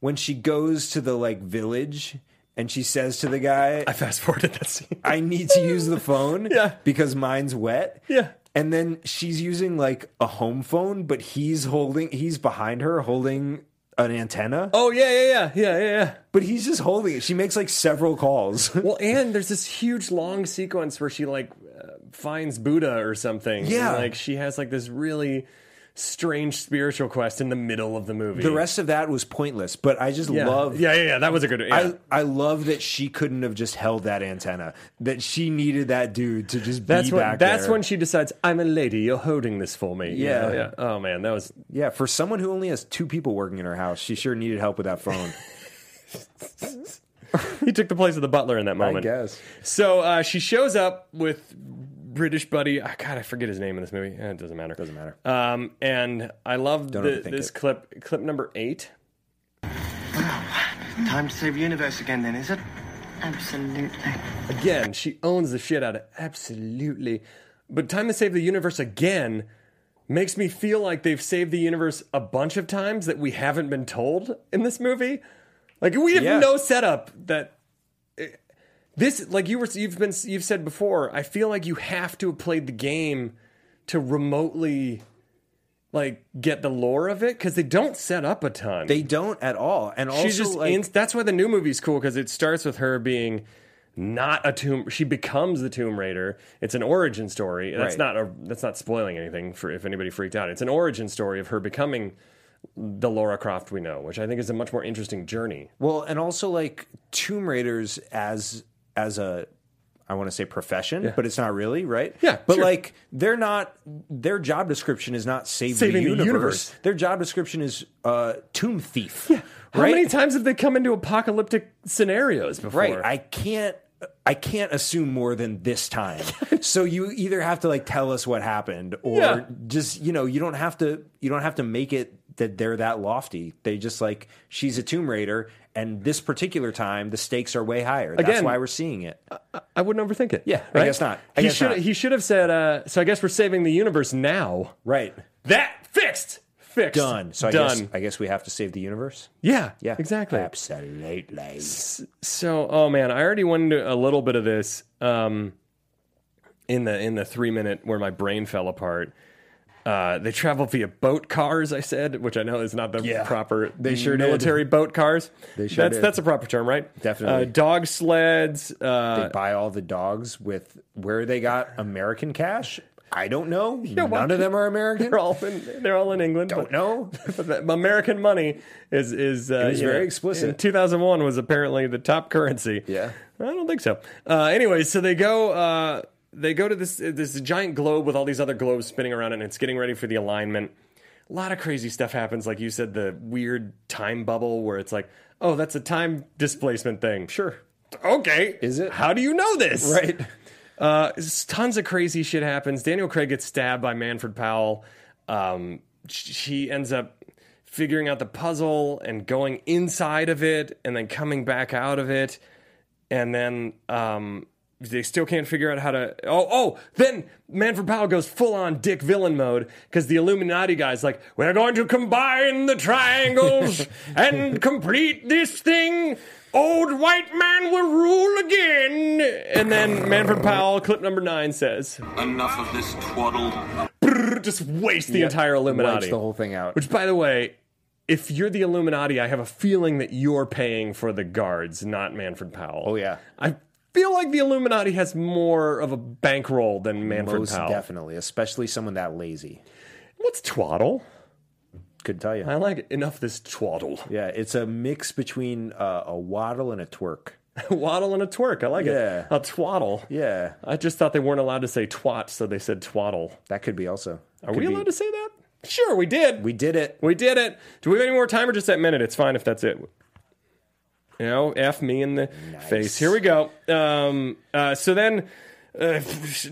S3: when she goes to the like village and she says to the guy,
S1: (laughs) I fast forwarded that scene.
S3: I need to use the phone
S1: (laughs) Yeah.
S3: because mine's wet.
S1: Yeah.
S3: And then she's using like a home phone, but he's holding he's behind her holding an antenna.
S1: Oh yeah, yeah, yeah, yeah, yeah. yeah.
S3: But he's just holding it. She makes like several calls. (laughs)
S1: Well, and there's this huge long sequence where she like uh, finds Buddha or something. And,
S3: Yeah.
S1: like she has like this really strange spiritual quest in the middle of the movie.
S3: the rest of that was pointless, but I just
S1: yeah.
S3: love
S1: Yeah, yeah, yeah. That was a good. Yeah.
S3: I, I love that she couldn't have just held that antenna. That she needed that dude to just
S1: That's
S3: be
S1: when
S3: back
S1: that's
S3: there.
S1: when she decides I'm a lady. You're holding this for me. You
S3: Yeah.
S1: know, yeah. Oh man, that was
S3: Yeah, for someone who only has two people working in her house, she sure needed help with
S1: (laughs)
S3: that phone.
S1: he took the place of the butler in that
S3: I
S1: moment.
S3: guess.
S1: So uh, she shows up with British buddy. ah, God, I forget his name in this movie. Eh, It doesn't matter.
S3: Doesn't matter.
S1: Um, and I love the,
S3: overthink
S1: this
S3: it.
S1: clip, clip number eight.
S5: Time to save universe again, then, is it?
S9: Absolutely.
S1: Again, she owns the shit out of absolutely. But time to save the universe again makes me feel like they've saved the universe a bunch of times that we haven't been told in this movie. Like we have
S3: Yeah.
S1: no setup that eh, this like you were you've been you've said before i feel like you have to have played the game to remotely like get the lore of it because they don't set up a ton
S3: They don't at all. And also,
S1: she's just
S3: like,
S1: inst- that's why the new movie's cool because it starts with her being not a tomb she becomes the tomb raider it's an origin story that's
S3: Right.
S1: not a that's not spoiling anything for if anybody freaked out it's an origin story of her becoming the laura croft we know which i think is a much more interesting journey
S3: Well, and also like Tomb Raiders as as a I want to say profession, but it's not really, right?
S1: Yeah,
S3: But
S1: sure.
S3: like they're not their job description is not save
S1: Saving
S3: the
S1: the
S3: universe.
S1: universe.
S3: Their job description is uh tomb thief. Yeah.
S1: How many times have they come into apocalyptic scenarios before?
S3: Right. I can't I can't assume more than this time.
S1: (laughs)
S3: so you either have to like tell us what happened or
S1: Yeah.
S3: just you know, you don't have to you don't have to make it that they're that lofty. They just like she's a tomb raider and this particular time the stakes are way higher. That's
S1: Again-
S3: why we're seeing it.
S1: I wouldn't overthink it.
S3: Yeah, I guess not. I
S1: he
S3: guess
S1: should
S3: not.
S1: he should have said. Uh, so I guess we're saving the universe now.
S3: Right.
S1: That fixed, fixed,
S3: Done. So I
S1: done.
S3: guess I guess we have to save the universe.
S1: yeah,
S3: Yeah.
S1: exactly.
S3: Absolutely.
S1: So, oh man, I already went into a little bit of this um, in the in the three minute where my brain fell apart. Uh, they travel via boat cars, I said, which I know is not the
S3: Yeah.
S1: proper
S3: They sure did.
S1: military boat cars.
S3: They sure
S1: that's
S3: did.
S1: that's a proper term, right?
S3: Definitely.
S1: Uh, dog sleds. Uh, (laughs)
S3: They buy all the dogs with where they got American cash? I don't know. None of them are American.
S1: they're all in, they're all in England.
S3: don't
S1: but- (laughs)
S3: know.
S1: But the American money is is uh,
S3: was
S1: you
S3: very explicit.
S1: in 2001 was apparently the top currency.
S3: Yeah.
S1: I don't think so. Uh, anyway, so they go uh, they go to this this giant globe with all these other globes spinning around it, and it's getting ready for the alignment. A lot of crazy stuff happens, like you said, the weird time bubble where it's like, oh, that's a time displacement thing.
S3: Sure.
S1: Okay.
S3: Is it?
S1: How do you know this?
S3: Right.
S1: Uh, s- tons of crazy shit happens. Daniel Craig gets stabbed by Manfred Powell. Um, sh- she ends up figuring out the puzzle and going inside of it and then coming back out of it and then um, they still can't figure out how to. Oh, oh! Then Manfred Powell goes full on dick villain mode because the Illuminati guy's like, "We're going to combine the triangles and complete this thing." Old white man will rule again. And then Manfred Powell, clip number nine, says,
S5: Enough of this twaddle.
S1: "Just waste the entire Illuminati."
S3: Wipes the whole thing out.
S1: Which, by the way, if you're the Illuminati, I have a feeling that you're paying for the guards, not Manfred Powell.
S3: Oh, yeah.
S1: I feel like the Illuminati has more of a bankroll than Manfred
S3: most
S1: Powell.
S3: definitely, especially someone that lazy.
S1: What's twaddle?
S3: Couldn't tell you.
S1: I like it. enough this twaddle. (laughs)
S3: Yeah, it's a mix between uh, a waddle and a twerk.
S1: Waddle and a twerk. I like
S3: Yeah.
S1: it. A twaddle.
S3: Yeah,
S1: I just thought they weren't allowed to say twat, so they said twaddle.
S3: that could be also.
S1: Are we allowed to say that? Sure, we did.
S3: We did it.
S1: We did it. Do we have any more time or just that minute? It's fine if that's it. You know, F me in the face. Here we go. Um, uh, so then uh,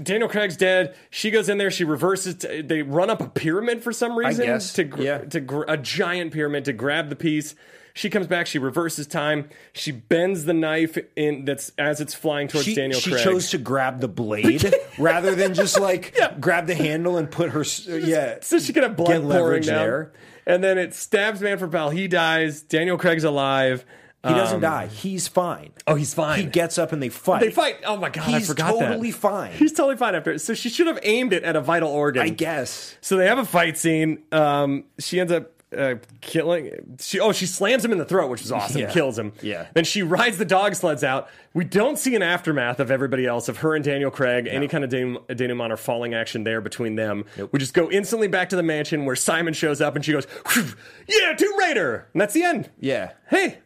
S1: Daniel Craig's dead. She goes in there. She reverses. t- they run up a pyramid for some reason.
S3: guess.
S1: To, gr-
S3: Yeah.
S1: to gr- a giant pyramid to grab the piece. She comes back. She reverses time. She bends the knife in that's as it's flying towards
S3: She,
S1: Daniel
S3: she
S1: Craig.
S3: chose to grab the blade (laughs) rather than just
S1: (laughs)
S3: like grab the handle and put her. s- Yeah,
S1: so she could have blood
S3: Get
S1: pouring
S3: leverage
S1: down.
S3: there.
S1: And then it stabs Manfred Powell. He dies. Daniel Craig's alive.
S3: he doesn't die. He's fine.
S1: Um, Oh, he's fine.
S3: He gets up and they fight.
S1: They fight. Oh my god, I
S3: He's
S1: forgot that.
S3: totally fine.
S1: He's totally fine after. it. So she should have aimed it at a vital organ.
S3: I guess.
S1: So they have a fight scene. Um, she ends up uh, killing. She oh she slams him in the throat, which is awesome.
S3: Yeah.
S1: Kills him.
S3: Yeah.
S1: Then she rides the dog sleds out. We don't see an aftermath of everybody else of her and Daniel Craig. Any kind of denou- denouement or falling action there between them. We just go instantly back to the mansion where Simon shows up and she goes, "Phew, "Yeah, Tomb Raider," and that's the end.
S3: Yeah,
S1: Hey,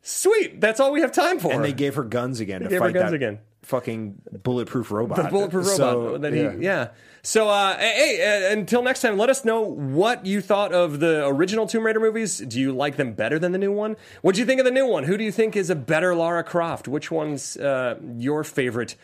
S1: sweet. That's all we have time for.
S3: and they gave her guns again to
S1: gave her
S3: fight
S1: guns
S3: that
S1: again.
S3: fucking bulletproof robot.
S1: the bulletproof robot
S3: So,
S1: that he yeah. So uh, hey, uh, until next time, let us know what you thought of the original Tomb Raider movies. Do you like them better than the new one? What do you think of the new one? Who do you think is a better Lara Croft? Which one's uh, your favorite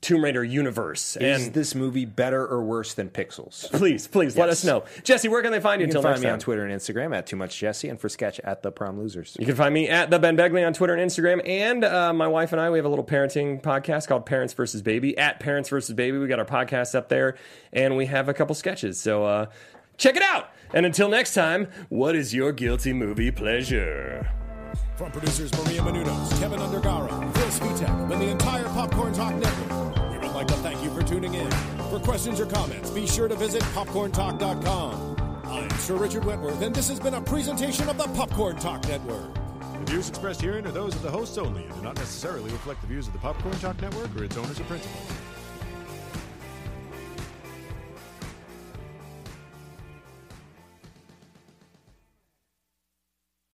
S1: Tomb Raider universe?
S3: Is
S1: and
S3: this movie better or worse than Pixels?
S1: please, please let us know. Jesse, where can they find you?
S3: You
S1: Until
S3: can find
S1: next
S3: me
S1: time?
S3: on Twitter and Instagram at Too Much Jesse, and for sketch at the Prom Losers.
S1: You can find me at the Ben Begley on Twitter and Instagram, and uh, my wife and I we have a little parenting podcast called Parents versus Baby at Parents versus Baby. We got our podcast up there, and we have a couple sketches, so uh, check it out. And until next time, what is your guilty movie pleasure?
S2: From producers Maria Menunos, Kevin Undergara, Phil Spitek, and the entire Popcorn Talk Network, we would like to thank you for tuning in. For questions or comments, be sure to visit popcorntalk.com. I'm Sir Richard Wentworth, and this has been a presentation of the Popcorn Talk Network.
S10: The views expressed herein are those of the hosts only and do not necessarily reflect the views of the Popcorn Talk Network or its owners or principals.